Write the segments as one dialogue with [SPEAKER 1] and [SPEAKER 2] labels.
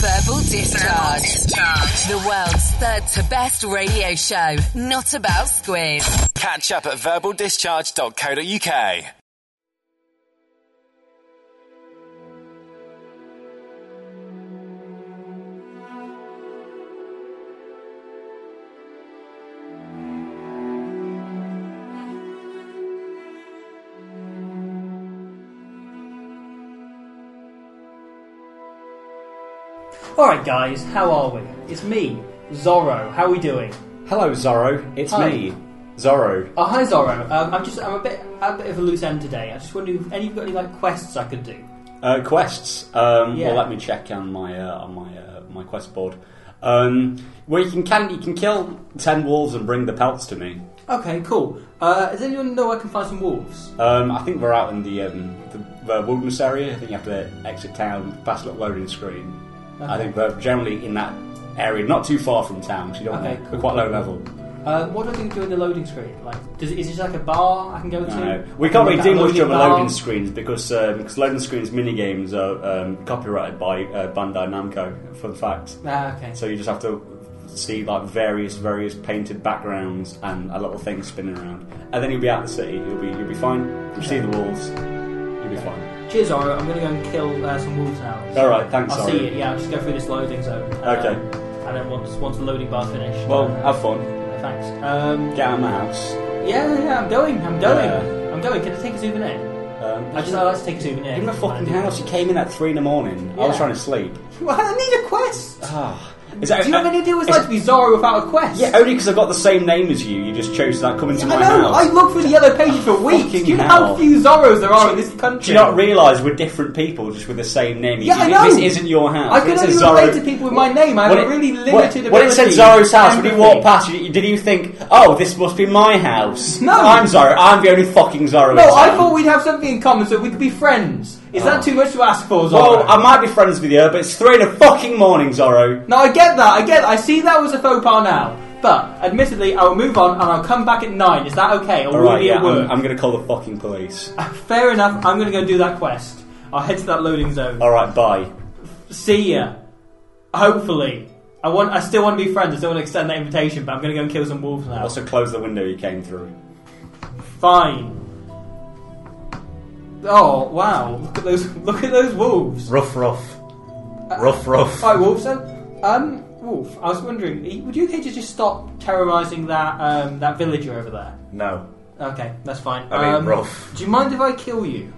[SPEAKER 1] Verbal Discharge. The world's third to best radio show, not about squid.
[SPEAKER 2] Catch up at verbaldischarge.co.uk.
[SPEAKER 3] Alright, guys, how are we? It's me, Zorro. How are we doing?
[SPEAKER 4] Hello, Zorro. It's
[SPEAKER 3] Hi.
[SPEAKER 4] me, Zorro.
[SPEAKER 3] Oh, hi, Zorro. Um, I'm just, I'm a bit, I'm a bit of a loose end today. I just wonder if any of you got any like quests I could do.
[SPEAKER 4] Uh, quests. Um,
[SPEAKER 3] Yeah.
[SPEAKER 4] Well, let me check on my uh, on my uh, my quest board. Um, well, you can, can you can kill ten wolves and bring the pelts to me.
[SPEAKER 3] Okay, cool. Uh, does anyone know where I can find some wolves?
[SPEAKER 4] Um, I think we're out in the, um, the uh, wilderness area. I think you have to exit town past a loading screen. I think we're generally in that area, not too far from town. 'cause you don't
[SPEAKER 3] Okay,
[SPEAKER 4] want-
[SPEAKER 3] cool.
[SPEAKER 4] We're quite low level.
[SPEAKER 3] Uh, what do I think do in the loading screen? Like, does, is it just like a bar I can go to?
[SPEAKER 4] No. Uh, We can't really
[SPEAKER 3] Like
[SPEAKER 4] do
[SPEAKER 3] a
[SPEAKER 4] much of
[SPEAKER 3] bar?
[SPEAKER 4] loading screens because um, 'cause loading screens minigames are um, copyrighted by uh, Bandai Namco, fun fact.
[SPEAKER 3] Ah, okay.
[SPEAKER 4] So you just have to see like various, various painted backgrounds and a little thing spinning around, and then you'll be out in the city. You'll be, you'll be fine. You'll see the wolves. You'll be fine.
[SPEAKER 3] Cheers, Zorro. I'm gonna go and kill uh, some wolves now.
[SPEAKER 4] All right, thanks.
[SPEAKER 3] I'll
[SPEAKER 4] Ari.
[SPEAKER 3] see you. Yeah, I'll just go through this loading zone. um,
[SPEAKER 4] Okay.
[SPEAKER 3] and then once once the loading bar's finished.
[SPEAKER 4] Well,
[SPEAKER 3] uh,
[SPEAKER 4] have fun.
[SPEAKER 3] thanks. Um,
[SPEAKER 4] Get out of my house.
[SPEAKER 3] yeah, yeah, I'm going. I'm going.
[SPEAKER 4] Yeah.
[SPEAKER 3] I'm going. Can I take a souvenir?
[SPEAKER 4] Um,
[SPEAKER 3] I just I like to take a souvenir.
[SPEAKER 4] in my fucking
[SPEAKER 3] When I do
[SPEAKER 4] house. You came in at three in the morning. I was
[SPEAKER 3] Yeah.
[SPEAKER 4] trying to sleep.
[SPEAKER 3] that. Well, I need a quest.
[SPEAKER 4] Ah, is that?
[SPEAKER 3] do you know what any idea what it's
[SPEAKER 4] is-
[SPEAKER 3] like to be Zorro without a quest?
[SPEAKER 4] Yeah, only because I've got the same name as you. You just chose that coming to
[SPEAKER 3] I
[SPEAKER 4] my
[SPEAKER 3] know.
[SPEAKER 4] house.
[SPEAKER 3] I looked through the yellow pages for weeks. Do
[SPEAKER 4] Fucking
[SPEAKER 3] you know how
[SPEAKER 4] hell.
[SPEAKER 3] few Zorros there are in this country?
[SPEAKER 4] Do you not realise we're different people just with the same name? You-
[SPEAKER 3] Yeah, I
[SPEAKER 4] you-
[SPEAKER 3] know.
[SPEAKER 4] This isn't your house.
[SPEAKER 3] I can
[SPEAKER 4] It's a
[SPEAKER 3] only
[SPEAKER 4] Zorro-
[SPEAKER 3] relate to people with my name. I have
[SPEAKER 4] When
[SPEAKER 3] a
[SPEAKER 4] it-
[SPEAKER 3] really
[SPEAKER 4] when-
[SPEAKER 3] limited ability.
[SPEAKER 4] When it said Zorro's house, when you
[SPEAKER 3] empathy.
[SPEAKER 4] walked past, you, did you think, oh, this must be my house?
[SPEAKER 3] No.
[SPEAKER 4] I'm Zorro. I'm the only fucking Zorro.
[SPEAKER 3] No,
[SPEAKER 4] in
[SPEAKER 3] I
[SPEAKER 4] town.
[SPEAKER 3] thought we'd have something in common so we could be friends. Is that
[SPEAKER 4] Oh.
[SPEAKER 3] too much to ask for, Zorro?
[SPEAKER 4] Well, I might be friends with you, but it's three in the fucking morning, Zorro.
[SPEAKER 3] No, I get that. I get. I see that was a faux pas now. But admittedly, I will move on and I'll come back at nine. Is that okay? Or
[SPEAKER 4] All
[SPEAKER 3] will
[SPEAKER 4] right,
[SPEAKER 3] be
[SPEAKER 4] yeah,
[SPEAKER 3] at work?
[SPEAKER 4] I'm, I'm going to call the fucking police.
[SPEAKER 3] Fair enough. I'm going to go do that quest. I'll head to that loading zone.
[SPEAKER 4] All right, bye.
[SPEAKER 3] See ya. Hopefully, I want. I still want to be friends. I still want to extend that invitation. But I'm going to go and kill some wolves now.
[SPEAKER 4] Also, close the window you came through.
[SPEAKER 3] Fine. Oh wow! Look at those. Look at those wolves.
[SPEAKER 5] Rough, rough. Rough, rough.
[SPEAKER 3] Right, Wolf. So, um, Wolf, I was wondering, are you- would you okay to just stop terrorising that um, that villager over there?
[SPEAKER 5] No.
[SPEAKER 3] Okay, that's fine.
[SPEAKER 5] I mean,
[SPEAKER 3] um,
[SPEAKER 5] rough.
[SPEAKER 3] Do you mind if I kill you?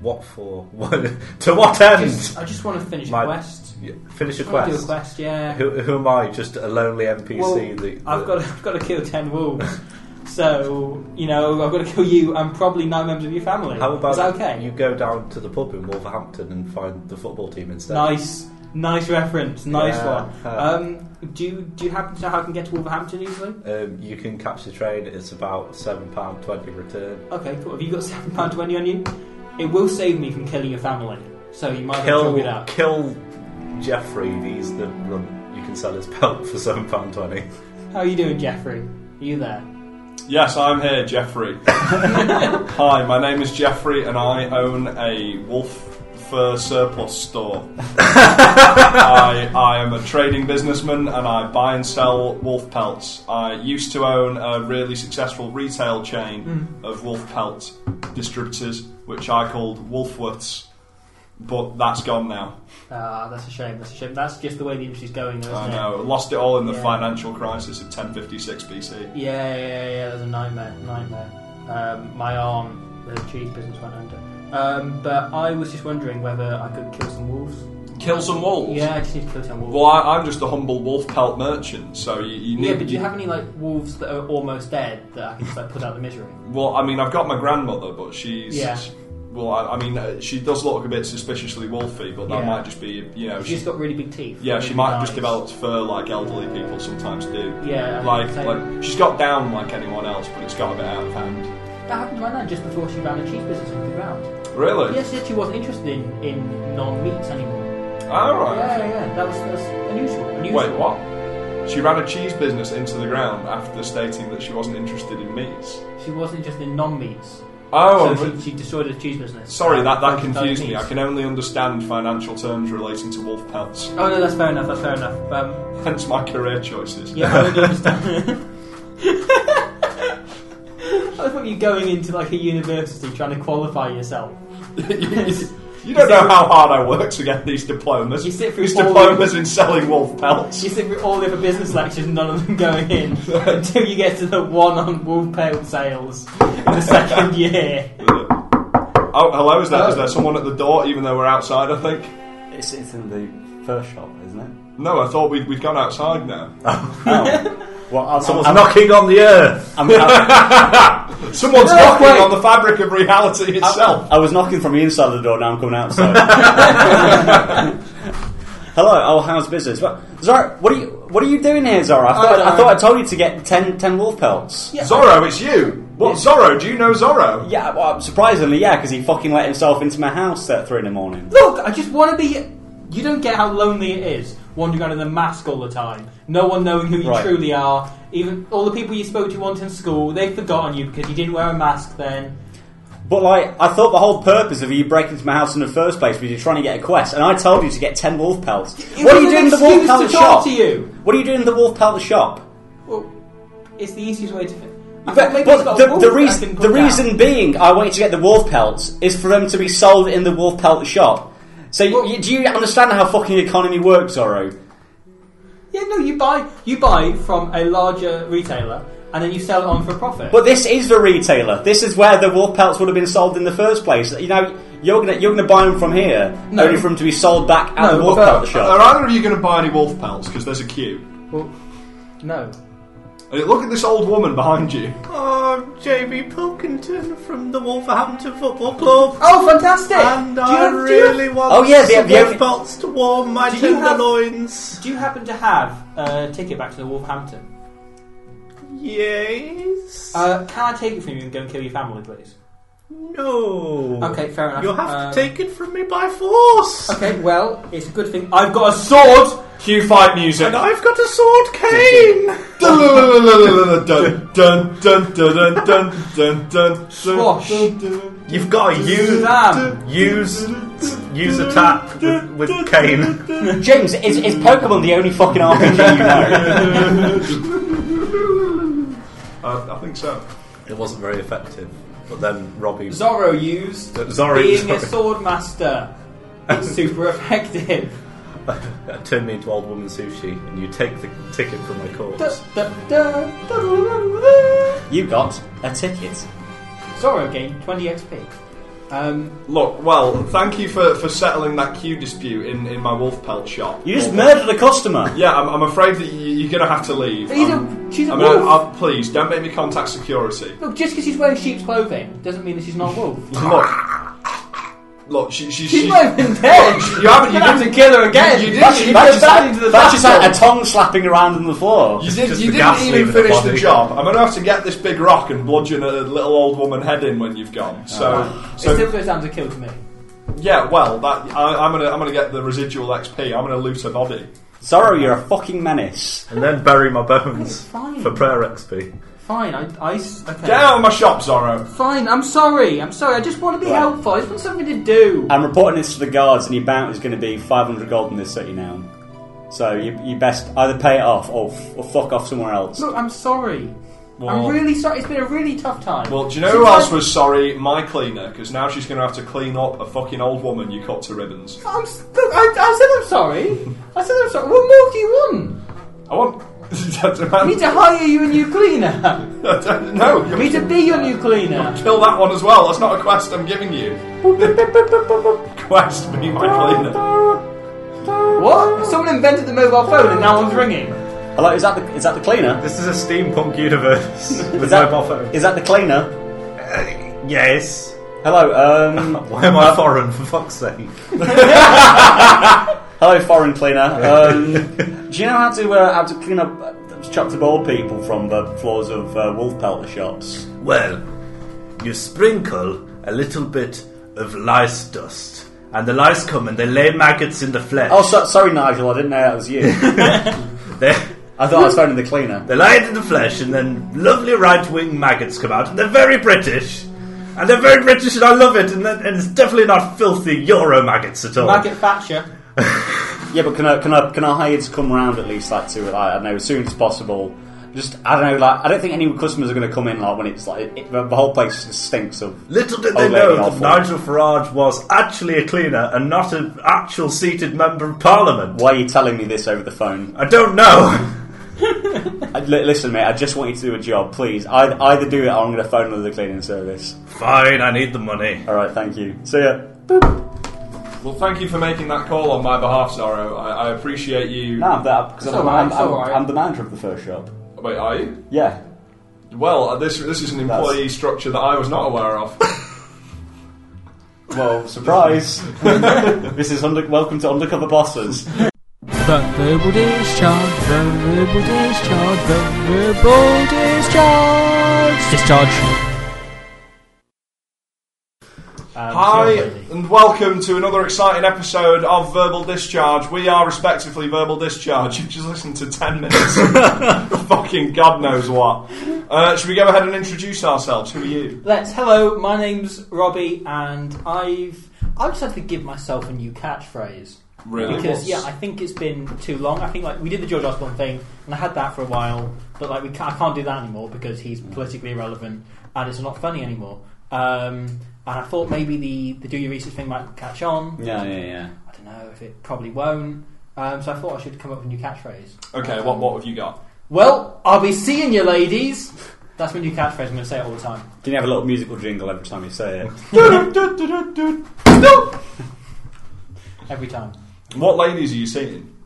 [SPEAKER 5] What for? What? to what end?
[SPEAKER 3] Just- I just want to finish
[SPEAKER 5] My-
[SPEAKER 3] a quest.
[SPEAKER 5] Yeah, Finish a
[SPEAKER 3] I wanna
[SPEAKER 5] quest.
[SPEAKER 3] Do a quest, yeah.
[SPEAKER 5] Who, who am I? Just a lonely NPC.
[SPEAKER 3] well,
[SPEAKER 5] that,
[SPEAKER 3] I've
[SPEAKER 5] that-
[SPEAKER 3] got I've got to kill ten wolves. so you know I've got to kill you and probably nine members of your family.
[SPEAKER 5] How about
[SPEAKER 3] Is that okay?
[SPEAKER 5] you go down to the pub in Wolverhampton and find the football team instead?
[SPEAKER 3] Nice, nice reference. Nice
[SPEAKER 5] Yeah.
[SPEAKER 6] uh,
[SPEAKER 3] one. Um, do you do you happen to know how I can get to Wolverhampton easily?
[SPEAKER 5] Um, you can catch the train. It's about seven pound twenty return.
[SPEAKER 3] Okay, cool. Have you got seven pound twenty on you? It will save me from killing your family, so you might have to it
[SPEAKER 5] Kill,
[SPEAKER 3] up.
[SPEAKER 5] kill Jeffrey. He's the run. You can sell his belt for seven pound twenty.
[SPEAKER 3] How are you doing, Jeffrey? Are you there?
[SPEAKER 6] Yes, I'm here, Jeffrey. Hi, my name is Jeffrey, and I own a wolf fur surplus store. I, I am a trading businessman and I buy and sell wolf pelts. I used to own a really successful retail chain
[SPEAKER 3] Hmm.
[SPEAKER 6] of wolf pelt distributors, which I called Wolfworths, but that's gone now.
[SPEAKER 3] Ah, that's a shame. That's a shame. That's just the way the industry's going, though, isn't
[SPEAKER 6] I
[SPEAKER 3] it?
[SPEAKER 6] know, lost it all in the
[SPEAKER 3] Yeah.
[SPEAKER 6] financial crisis of 1056 BC.
[SPEAKER 3] Yeah, yeah, yeah. That's a nightmare. Nightmare. Um, my arm, the cheese business went under. Um, but I was just wondering whether I could kill some wolves.
[SPEAKER 6] Kill some wolves.
[SPEAKER 3] Yeah, I just need to kill some wolves.
[SPEAKER 6] Well, I, I'm just a humble wolf pelt merchant, so you, you need.
[SPEAKER 3] Yeah, but do you have any like wolves that are almost dead that I can just like put out the misery?
[SPEAKER 6] Well, I mean, I've got my grandmother, but she's.
[SPEAKER 3] Yeah.
[SPEAKER 6] Well, I, I mean, uh, she does look a bit suspiciously wolfy, but that
[SPEAKER 3] Yeah.
[SPEAKER 6] might just be, you know,
[SPEAKER 3] She's just
[SPEAKER 6] she,
[SPEAKER 3] got really big teeth.
[SPEAKER 6] yeah, she
[SPEAKER 3] really
[SPEAKER 6] might
[SPEAKER 3] big
[SPEAKER 6] have just
[SPEAKER 3] eyes.
[SPEAKER 6] developed fur like elderly people sometimes do.
[SPEAKER 3] Yeah, I
[SPEAKER 6] like,
[SPEAKER 3] mean, same.
[SPEAKER 6] like she's got down like anyone else, but it's got a bit out of hand.
[SPEAKER 3] That happened right now, just before she ran a cheese business into the ground.
[SPEAKER 6] Really?
[SPEAKER 3] Yes, yes, she wasn't interested in, in non-meats anymore.
[SPEAKER 6] All Oh, right.
[SPEAKER 3] Yeah, yeah, yeah, that was that's unusual. unusual.
[SPEAKER 6] Wait, what? She ran a cheese business into the ground after stating that she wasn't interested in meats.
[SPEAKER 3] She wasn't interested in non-meats.
[SPEAKER 6] Oh,
[SPEAKER 3] so
[SPEAKER 6] I'm-
[SPEAKER 3] she, she destroyed the cheese business.
[SPEAKER 6] sorry, that, that
[SPEAKER 3] Because of
[SPEAKER 6] confused me. I
[SPEAKER 3] diabetes.
[SPEAKER 6] can only understand financial terms relating to wolf pelts,
[SPEAKER 3] Oh no, that's fair enough. That's fair enough. Um,
[SPEAKER 6] hence my career choices.
[SPEAKER 3] yeah, I really understand. I thought you were going into like a university trying to qualify yourself.
[SPEAKER 6] you don't know how hard I work to get these diplomas.
[SPEAKER 3] You sit through
[SPEAKER 6] these
[SPEAKER 3] all
[SPEAKER 6] diplomas in selling wolf pelts.
[SPEAKER 3] You sit through all the other business lectures, none of them going in until you get to the one on wolf pale sales in the second year.
[SPEAKER 6] Oh, hello, is, that, is there someone at the door, even though we're outside, I think?
[SPEAKER 4] It's, it's in the first shop, isn't it?
[SPEAKER 6] No, I thought we'd, we'd gone outside now.
[SPEAKER 4] Oh. Well, I'm,
[SPEAKER 5] Someone's
[SPEAKER 4] I'm,
[SPEAKER 5] knocking on the earth.
[SPEAKER 4] I'm, I'm-
[SPEAKER 6] Someone's
[SPEAKER 4] No,
[SPEAKER 6] knocking
[SPEAKER 4] wait.
[SPEAKER 6] on the fabric of reality itself.
[SPEAKER 4] I was knocking from the inside of the door, now I'm coming outside. Hello, oh, how's business? What, Zara, what are you what are you doing here, Zara? I thought,
[SPEAKER 3] Oh,
[SPEAKER 4] I,
[SPEAKER 3] no.
[SPEAKER 4] thought I told you to get 10, 10 wolf pelts.
[SPEAKER 3] Yeah.
[SPEAKER 6] Zorro, it's you. What Zorro? Do you know Zorro?
[SPEAKER 4] Yeah, well, surprisingly, yeah, because he fucking let himself into my house at three in the morning.
[SPEAKER 3] Look, I just want to be. You don't get how lonely it is wandering around in a mask all the time. No one knowing who you
[SPEAKER 4] Right.
[SPEAKER 3] truly are. Even all the people you spoke to once in school, they've forgotten you because you didn't wear a mask then.
[SPEAKER 4] But like, I thought the whole purpose of you breaking into my house in the first place was you trying to get a quest, and I told you to get ten wolf pelts.
[SPEAKER 3] It
[SPEAKER 4] what
[SPEAKER 3] was
[SPEAKER 4] are you
[SPEAKER 3] an
[SPEAKER 4] doing in the wolf
[SPEAKER 3] excuse
[SPEAKER 4] pelt
[SPEAKER 3] to
[SPEAKER 4] shop?
[SPEAKER 3] talk to you.
[SPEAKER 4] What are you doing in the wolf pelt shop?
[SPEAKER 3] Well, it's the easiest way to. fit. I
[SPEAKER 4] But,
[SPEAKER 3] thought maybe it's
[SPEAKER 4] but
[SPEAKER 3] got a
[SPEAKER 4] the,
[SPEAKER 3] wolf
[SPEAKER 4] the
[SPEAKER 3] I
[SPEAKER 4] reason
[SPEAKER 3] can
[SPEAKER 4] the
[SPEAKER 3] put down.
[SPEAKER 4] reason being, I want you to get the wolf pelts is for them to be sold in the wolf pelt shop. So you-
[SPEAKER 3] Well-
[SPEAKER 4] you, do you understand how fucking the economy works, Zorro?
[SPEAKER 3] Yeah, no, you buy you buy from a larger retailer and then you sell it on for profit.
[SPEAKER 4] But this is the retailer. This is where the wolf pelts would have been sold in the first place. You know, you're gonna you're gonna buy them from here,
[SPEAKER 3] No.
[SPEAKER 4] only for them to be sold back at
[SPEAKER 3] No,
[SPEAKER 4] the wolf
[SPEAKER 3] but-
[SPEAKER 4] pelt shop.
[SPEAKER 6] Are either of you going to buy any wolf pelts? Because there's a queue.
[SPEAKER 3] Well, no.
[SPEAKER 6] Hey, Look at this old woman behind you.
[SPEAKER 5] I'm Jamie Pilkington from the Wolverhampton Football Club.
[SPEAKER 3] Oh, fantastic! do you have- do you have-
[SPEAKER 5] want
[SPEAKER 4] Oh, yeah, the- some the wolf only-
[SPEAKER 5] belts to warm my
[SPEAKER 3] you have-
[SPEAKER 5] loins.
[SPEAKER 3] Do you happen to have a ticket back to the Wolverhampton?
[SPEAKER 5] Yes.
[SPEAKER 3] Uh, can I take it from you and go and kill your family, please?
[SPEAKER 5] no.
[SPEAKER 3] Okay, fair enough.
[SPEAKER 5] You'll have
[SPEAKER 3] Um,
[SPEAKER 5] to take it from me by force.
[SPEAKER 3] Okay, well, it's a good thing. I've got a sword!
[SPEAKER 6] Cue fight music.
[SPEAKER 5] And I've got a sword cane.
[SPEAKER 6] dun dun dun dun dun dun dun dun.
[SPEAKER 3] Squash.
[SPEAKER 5] You've got to use
[SPEAKER 3] Damn.
[SPEAKER 5] use use attack with, with cane.
[SPEAKER 4] James, is, is Pokemon the only fucking RPG you know?
[SPEAKER 6] Uh, I think so.
[SPEAKER 5] It wasn't very effective. But then Robbie
[SPEAKER 3] Zorro used
[SPEAKER 5] Uh, Zorro-
[SPEAKER 3] being a
[SPEAKER 5] Zorro.
[SPEAKER 3] sword master. It's super effective.
[SPEAKER 5] turned me into old woman sushi, and you take the ticket from my
[SPEAKER 3] Da,
[SPEAKER 5] corpse.
[SPEAKER 3] da, da, da, da, da, da.
[SPEAKER 4] you got a ticket.
[SPEAKER 3] Zorro gained 20 XP. Um,
[SPEAKER 6] Look, well, thank you for, for settling that queue dispute in, in my wolf pelt shop.
[SPEAKER 4] You just
[SPEAKER 6] Or-
[SPEAKER 4] murdered a customer.
[SPEAKER 6] Yeah, I'm, I'm afraid that you, you're going to have to leave.
[SPEAKER 3] He's a-
[SPEAKER 6] Um,
[SPEAKER 3] she's a
[SPEAKER 6] I mean, I-
[SPEAKER 3] wolf.
[SPEAKER 6] I- please don't make me contact security.
[SPEAKER 3] look, just because she's wearing sheep's clothing doesn't mean that she's not a wolf.
[SPEAKER 6] Look, look, she, she,
[SPEAKER 3] She
[SPEAKER 6] she-
[SPEAKER 3] might have been dead!
[SPEAKER 6] you haven't. You
[SPEAKER 3] You're gonna have
[SPEAKER 6] didn't
[SPEAKER 3] to kill her again.
[SPEAKER 6] You, you
[SPEAKER 3] That's-
[SPEAKER 6] didn't. You,
[SPEAKER 4] That's
[SPEAKER 3] That's
[SPEAKER 4] just,
[SPEAKER 3] back into the
[SPEAKER 4] that's just like
[SPEAKER 3] bathroom.
[SPEAKER 4] a tongue slapping around on the floor.
[SPEAKER 6] you did,
[SPEAKER 5] just
[SPEAKER 6] you
[SPEAKER 5] the
[SPEAKER 6] didn't
[SPEAKER 5] gas
[SPEAKER 6] even
[SPEAKER 5] leaving the
[SPEAKER 6] finish the,
[SPEAKER 5] body.
[SPEAKER 6] job. I'm going to have to get this big rock and bludgeon a little old woman head in when you've gone. So,
[SPEAKER 3] it still
[SPEAKER 6] so
[SPEAKER 3] goes down to kill to me.
[SPEAKER 6] yeah. Well, that I, I'm going to I'm going to get the residual XP. I'm going to loot her body.
[SPEAKER 4] Sorrow, you're a fucking menace.
[SPEAKER 5] And then bury my bones
[SPEAKER 3] Fine.
[SPEAKER 5] for prayer XP.
[SPEAKER 3] Fine, I, I s- okay.
[SPEAKER 6] Get out of my shop, Zorro.
[SPEAKER 3] Fine, I'm sorry, I'm sorry. I just want to be
[SPEAKER 4] Right.
[SPEAKER 3] helpful. I just want something to do.
[SPEAKER 4] I'm reporting this to the guards, and your bounty is going to be 500 gold in this city now. So you, you best either pay it off or, f- or fuck off somewhere else.
[SPEAKER 3] Look, I'm sorry.
[SPEAKER 6] Well-
[SPEAKER 3] I'm really sorry. It's been a really tough time.
[SPEAKER 6] Well, do you know who
[SPEAKER 3] Since
[SPEAKER 6] else
[SPEAKER 3] I-
[SPEAKER 6] was sorry? My cleaner, because now she's going to have to clean up a fucking old woman you cut to ribbons.
[SPEAKER 3] I'm, s- look, I, I said I'm sorry. I said I'm sorry. What more do you want?
[SPEAKER 6] I want.
[SPEAKER 3] I need to hire you a new cleaner.
[SPEAKER 6] no,
[SPEAKER 3] I
[SPEAKER 6] you
[SPEAKER 3] need to be your new cleaner.
[SPEAKER 6] kill that one as well. That's not a quest I'm giving you. quest be my cleaner.
[SPEAKER 3] What? Someone invented the mobile phone and now one's ringing.
[SPEAKER 4] Hello, is that the, is that the cleaner?
[SPEAKER 5] This is a steampunk universe with
[SPEAKER 4] Is that,
[SPEAKER 5] mobile phones.
[SPEAKER 4] is that the cleaner?
[SPEAKER 5] yes.
[SPEAKER 4] Hello, um,
[SPEAKER 5] Why am I foreign, for fuck's sake?
[SPEAKER 4] hello, foreign cleaner. Um, do you know how to uh, how to clean up uh, chucked up old people from the floors of uh, wolf pelter shops?
[SPEAKER 5] Well, you sprinkle a little bit of lice dust, and the lice come and they lay maggots in the flesh.
[SPEAKER 4] Oh, so, sorry, Nigel, I didn't know that was you.
[SPEAKER 5] they,
[SPEAKER 4] I thought I was phoning the cleaner.
[SPEAKER 5] they lie it in the flesh, and then lovely right wing maggots come out, and they're very British. And they're very British, and I love it. And, that- and it's definitely not filthy Euro maggots at all.
[SPEAKER 3] Maggot Thatcher.
[SPEAKER 4] Yeah, but can I can I can I hire you to come round at least like to like, I don't know as soon as possible. Just I don't know like I don't think any customers are going to come in like when it's like it, the whole place just stinks of
[SPEAKER 5] Little did
[SPEAKER 4] old
[SPEAKER 5] they
[SPEAKER 4] lady
[SPEAKER 5] know
[SPEAKER 4] awful.
[SPEAKER 5] that Nigel Farage was actually a cleaner and not an actual seated member of Parliament.
[SPEAKER 4] Why are you telling me this over the phone?
[SPEAKER 5] I don't know.
[SPEAKER 4] I- li- listen, mate, I just want you to do a job, please. I, either do it or I'm going to phone another cleaning service.
[SPEAKER 5] Fine, I need the money.
[SPEAKER 4] All right, thank you. See ya.
[SPEAKER 6] Well, thank you for making that call on my behalf, Sorrow. I, I appreciate you.
[SPEAKER 4] No, I'm, that, because I'm,
[SPEAKER 3] all right,
[SPEAKER 4] I'm,
[SPEAKER 3] it's
[SPEAKER 4] I'm,
[SPEAKER 3] all right.
[SPEAKER 4] I'm the manager of the first shop.
[SPEAKER 6] Wait, are you?
[SPEAKER 4] Yeah.
[SPEAKER 6] Well, uh, this this is an employee structure that I was not aware of.
[SPEAKER 4] Well, surprise. this is under, welcome to undercover bosses.
[SPEAKER 7] The verbal discharge, the verbal discharge, the verbal discharge. Discharge.
[SPEAKER 6] Hi, and welcome to another exciting episode of Verbal Discharge. We are respectively Verbal Discharge. You just listened to 10 minutes. Fucking God knows what. Uh, should we go ahead and introduce ourselves? Who are you?
[SPEAKER 3] Let's. Hello, my name's Robbie, and I've I just had to give myself a new catchphrase
[SPEAKER 6] Really?
[SPEAKER 3] because yeah, I think it's been too long. I think like we did the George Osborne thing, and I had that for a while, but like we can't, I can't do that anymore because he's politically irrelevant and it's not funny anymore. Um, and I thought maybe the the do your research thing might catch on.
[SPEAKER 4] Yeah, yeah, yeah.
[SPEAKER 3] I don't know if it probably won't. Um, so I thought I should come up with a new catchphrase.
[SPEAKER 6] Okay, what, what have you got?
[SPEAKER 3] Well, I'll be seeing you, ladies. That's my new catchphrase. I'm going to say it all the time.
[SPEAKER 4] Can you have a little musical jingle every time you say it?
[SPEAKER 3] Every time.
[SPEAKER 6] What ladies are you seeing?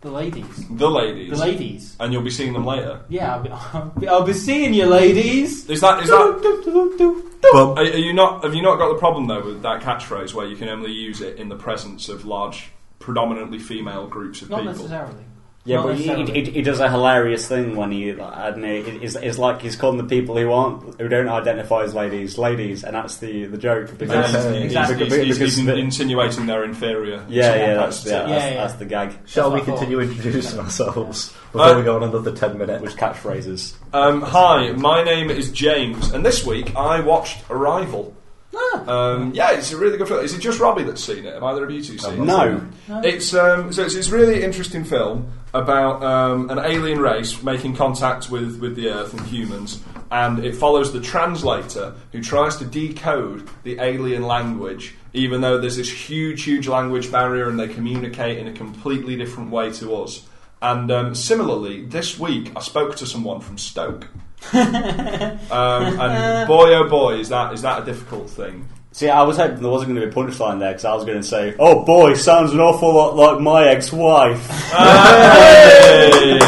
[SPEAKER 3] The ladies.
[SPEAKER 6] The ladies.
[SPEAKER 3] The ladies.
[SPEAKER 6] And you'll be seeing them later.
[SPEAKER 3] Yeah, I'll be, I'll be, I'll be seeing you, ladies.
[SPEAKER 6] Is that is that?
[SPEAKER 5] But
[SPEAKER 6] Are, are you not? Have you not got the problem though with that catchphrase where you can only use it in the presence of large, predominantly female groups of
[SPEAKER 3] Not
[SPEAKER 6] people?
[SPEAKER 3] necessarily.
[SPEAKER 4] Yeah,
[SPEAKER 3] Not
[SPEAKER 4] but he,
[SPEAKER 3] necessarily.
[SPEAKER 4] he, he does a hilarious thing when he, I don't know, it's, it's like he's calling the people who aren't, who don't identify as ladies, ladies, and that's the, the joke. Uh, Because,
[SPEAKER 3] Yeah,
[SPEAKER 6] He's-
[SPEAKER 3] exactly.
[SPEAKER 6] he's- he's- he's
[SPEAKER 4] the-
[SPEAKER 6] insinuating they're inferior.
[SPEAKER 4] yeah, yeah, that's, yeah,
[SPEAKER 3] Yeah,
[SPEAKER 4] that's,
[SPEAKER 6] yeah.
[SPEAKER 3] yeah.
[SPEAKER 4] that's the gag.
[SPEAKER 5] shall we
[SPEAKER 3] That's what I
[SPEAKER 5] continue introducing ourselves
[SPEAKER 6] Uh,
[SPEAKER 5] before we go on another ten minutes?
[SPEAKER 4] Which catchphrases?
[SPEAKER 6] Um, hi, my name is James, and this week I watched Arrival. Um, yeah, it's a really good film. Is it just Robbie that's seen it? Have either of you two seen it?
[SPEAKER 4] No.
[SPEAKER 6] It's um, so it's it's a really interesting film about um, an alien race making contact with, with the Earth and humans, and it follows the translator who tries to decode the alien language, even though there's this huge, huge language barrier, and they communicate in a completely different way to us. And um, similarly, this week I spoke to someone from Stoke, um, and boy oh boy, is that is that a difficult thing?
[SPEAKER 4] See, I was hoping there wasn't going to be a punchline there because I was going to say, "Oh boy, sounds an awful lot like my ex-wife."
[SPEAKER 6] Hey!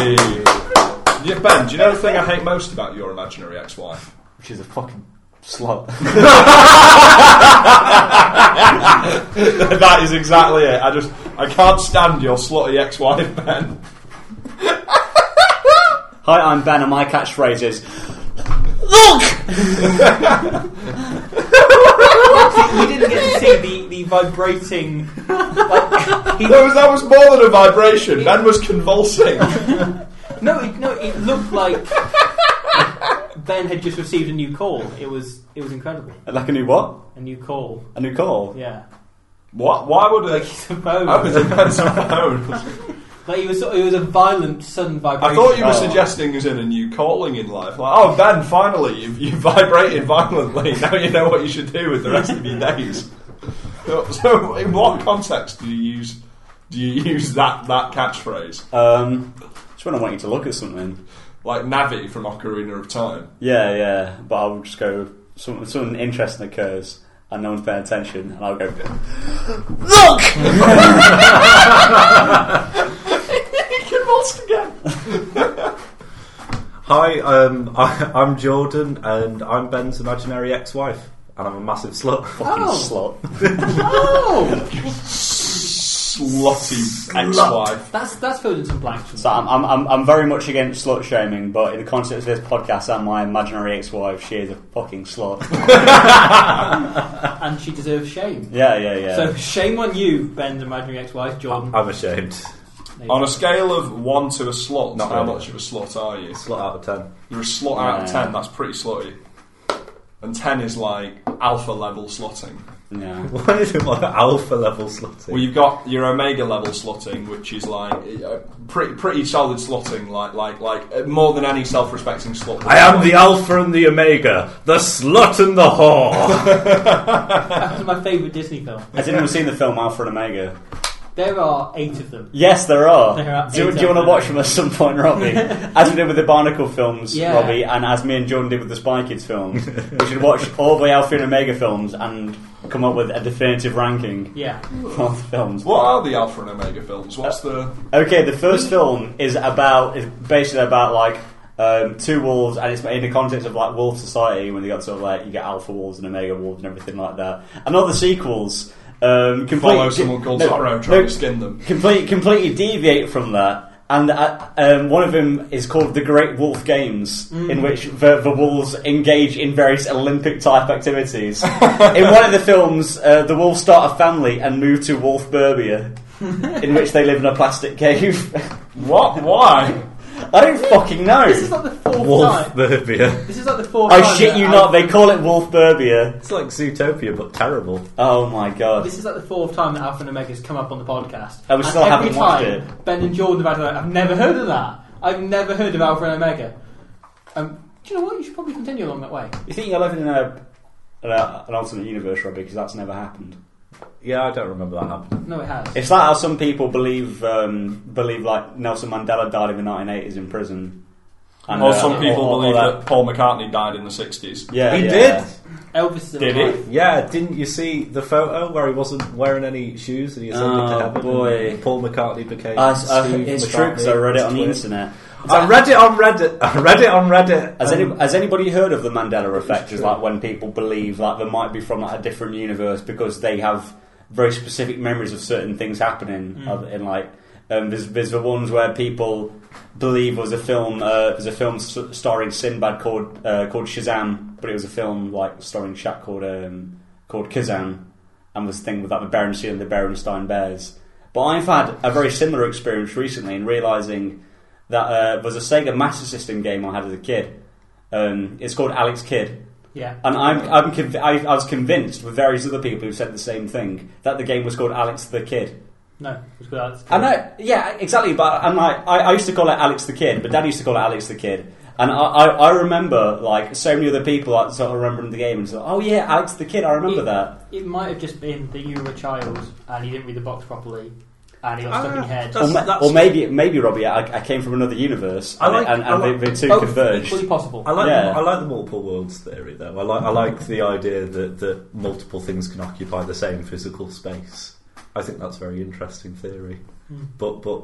[SPEAKER 6] Yeah, ben, do you know the thing I hate most about your imaginary ex-wife?
[SPEAKER 4] She's a fucking slut.
[SPEAKER 6] that is exactly it. I just I can't stand your slutty ex-wife, Ben.
[SPEAKER 4] Hi, I'm Ben, and my catchphrase is,
[SPEAKER 3] we didn't get to see the, the vibrating. Like, he,
[SPEAKER 6] That was that was more than a vibration. Ben was convulsing.
[SPEAKER 3] no, it, no, it looked like Ben had just received a new call. It was it was incredible.
[SPEAKER 4] "Like a new what?
[SPEAKER 3] A new call.
[SPEAKER 4] A new call?"
[SPEAKER 3] Yeah.
[SPEAKER 6] What? Why would a
[SPEAKER 3] It's a phone.
[SPEAKER 6] I was in Ben's phone.
[SPEAKER 3] Like it was it was a violent sudden
[SPEAKER 6] I
[SPEAKER 3] vibration.
[SPEAKER 6] thought you were
[SPEAKER 4] Oh.
[SPEAKER 6] suggesting as in a new calling in life. Like, oh, Ben, finally, you've, you vibrated violently. Now you know what you should do with the rest of your days. So, so in what context do you use do you use that that catchphrase?
[SPEAKER 4] Um, just when I want you to look at something.
[SPEAKER 6] Like Navi from Ocarina of Time.
[SPEAKER 4] Yeah, yeah, but I would just go. Something, something interesting occurs, and no one's paying attention, and I'll go. Look!
[SPEAKER 6] Convulsed again.
[SPEAKER 5] Hi, um, I, I'm Jordan, and I'm Ben's imaginary ex-wife, and I'm a massive slut.
[SPEAKER 4] Fucking
[SPEAKER 3] Oh.
[SPEAKER 4] slut.
[SPEAKER 3] Oh,
[SPEAKER 6] Slutty ex-wife.
[SPEAKER 3] that's that's filled in some blanks. for me.
[SPEAKER 4] So I'm, I'm, I'm, I'm very much against slut shaming, but in the context of this podcast, and my imaginary ex-wife, she is a fucking slut.
[SPEAKER 3] And she deserves shame.
[SPEAKER 4] Yeah, yeah, yeah.
[SPEAKER 3] So shame on you, Ben's imaginary ex-wife, Jordan.
[SPEAKER 5] I'm ashamed.
[SPEAKER 6] On a scale of one to a slut,
[SPEAKER 5] Not
[SPEAKER 6] how
[SPEAKER 5] really.
[SPEAKER 6] much of a slut are you?
[SPEAKER 5] Slut out of ten.
[SPEAKER 6] You're a slut out of
[SPEAKER 4] Yeah.
[SPEAKER 6] ten. That's pretty slutty. and ten is like alpha level slotting.
[SPEAKER 4] Yeah.
[SPEAKER 5] Why is it like alpha level slotting?
[SPEAKER 6] Well, you've got your omega level slotting, which is like uh, pretty pretty solid slotting, like like like uh, more than any self-respecting slot.
[SPEAKER 5] I am the alpha and the omega, the slut and the whore.
[SPEAKER 3] That's my favourite Disney film.
[SPEAKER 4] Has anyone seen the film Alpha and Omega?
[SPEAKER 3] There are eight of them.
[SPEAKER 4] Yes, there are.
[SPEAKER 3] There are
[SPEAKER 4] do,
[SPEAKER 3] eight
[SPEAKER 4] do you
[SPEAKER 3] of
[SPEAKER 4] want
[SPEAKER 3] them.
[SPEAKER 4] to watch them at some point, Robbie? as we did with the Barnacle films,
[SPEAKER 3] Yeah.
[SPEAKER 4] Robbie, and as me and Jordan did with the Spy Kids films, we should watch all the Alpha and Omega films and come up with a definitive ranking
[SPEAKER 3] Yeah.
[SPEAKER 4] for the films.
[SPEAKER 6] What are the alpha and omega films? What's the
[SPEAKER 4] Okay, the first film is about is basically about like um, two wolves, and it's in the context of like wolf society when they got sort of like you get alpha wolves and omega wolves and everything like that, and all the sequels. Um, complete,
[SPEAKER 6] follow someone called
[SPEAKER 4] no,
[SPEAKER 6] Zorro trying
[SPEAKER 4] no,
[SPEAKER 6] to skin them?
[SPEAKER 4] complete, completely deviate from that. And uh, um, one of them is called the Great Wolf Games, in which the, the wolves engage in various Olympic type activities. in one of the films, uh, the wolves start a family and move to Wolfburbia, in which they live in a plastic cave.
[SPEAKER 6] What? Why?
[SPEAKER 4] I don't fucking know.
[SPEAKER 3] This is like the fourth
[SPEAKER 5] Wolf
[SPEAKER 3] time.
[SPEAKER 5] Burbia.
[SPEAKER 3] This is like the fourth
[SPEAKER 4] I
[SPEAKER 3] time
[SPEAKER 4] shit
[SPEAKER 3] that
[SPEAKER 4] you
[SPEAKER 3] I-
[SPEAKER 4] not, they call it Wolfburbia.
[SPEAKER 5] It's like Zootopia, but terrible.
[SPEAKER 4] Oh my god.
[SPEAKER 3] This is like the fourth time that Alpha and Omega's come up on the podcast.
[SPEAKER 4] And we still
[SPEAKER 3] every
[SPEAKER 4] haven't watched
[SPEAKER 3] time,
[SPEAKER 4] it.
[SPEAKER 3] Ben and Jordan have had it. I've never heard of that. I've never heard of Alpha and Omega. Um, do you know what? You should probably continue along that way.
[SPEAKER 4] You think you're living in a, in a- an alternate universe, Robbie, because that's never happened.
[SPEAKER 5] Yeah, I don't remember that happening.
[SPEAKER 3] No, it has.
[SPEAKER 4] It's like how some people believe um, believe like Nelson Mandela died in the 1980s in prison. And,
[SPEAKER 6] Or
[SPEAKER 4] uh,
[SPEAKER 6] some people
[SPEAKER 4] or- or
[SPEAKER 6] believe that Paul McCartney died in the sixties.
[SPEAKER 4] Yeah,
[SPEAKER 5] he
[SPEAKER 4] yeah.
[SPEAKER 5] did.
[SPEAKER 3] Elvis is
[SPEAKER 6] Did
[SPEAKER 3] alive.
[SPEAKER 6] he?
[SPEAKER 5] Yeah, didn't you see the photo where he wasn't wearing any shoes and he ascended
[SPEAKER 4] Oh,
[SPEAKER 5] to heaven?
[SPEAKER 4] boy.
[SPEAKER 5] and Paul McCartney became.
[SPEAKER 4] I, I,
[SPEAKER 5] Steve
[SPEAKER 4] it's true because I
[SPEAKER 5] McCartney,
[SPEAKER 4] read it
[SPEAKER 5] his
[SPEAKER 4] on the
[SPEAKER 5] twin.
[SPEAKER 4] internet.
[SPEAKER 5] I read it on Reddit. I read it on Reddit.
[SPEAKER 4] Has,
[SPEAKER 5] and-
[SPEAKER 4] any, has anybody heard of the Mandela effect? Is like when people believe like they might be from like a different universe because they have very specific memories of certain things happening. Of, in like, um, there's, there's the ones where people believe was a film. Uh, there's a film s- starring Sinbad called uh, called Shazam, but it was a film like starring Shaq called um, called Kazam, and this thing with like the Berenstain and the Berenstein Bears. But I've had a very similar experience recently in realizing that uh, was a Sega Master System game I had as a kid. Um, it's called Alex Kidd.
[SPEAKER 3] Yeah.
[SPEAKER 4] And I'm, I'm conv- I, I was convinced with various other people who said the same thing that the game was called Alex the Kid.
[SPEAKER 3] No, it was good. Alex.
[SPEAKER 4] I know, yeah, exactly. But and like, I, I used to call it Alex the Kid, but Dad used to call it Alex the Kid. And I, I, I remember like so many other people like, sort of remembering the game and said, "Oh yeah, Alex the Kid, I remember
[SPEAKER 3] it,
[SPEAKER 4] that."
[SPEAKER 3] It might have just been that you were a child and you didn't read the box properly and it got stuck in your head.
[SPEAKER 4] Or,
[SPEAKER 5] that's-
[SPEAKER 4] ma- or maybe maybe Robbie, I, I came from another universe,
[SPEAKER 5] I
[SPEAKER 4] and,
[SPEAKER 5] like-
[SPEAKER 4] and,
[SPEAKER 5] I
[SPEAKER 4] and
[SPEAKER 5] like
[SPEAKER 4] the, the two
[SPEAKER 3] Both
[SPEAKER 4] converged.
[SPEAKER 3] equally possible.
[SPEAKER 5] I like
[SPEAKER 4] Yeah.
[SPEAKER 5] the, I like the multiple worlds theory though. I like I like the idea that, that multiple things can occupy the same physical space. I think that's a very interesting theory. But but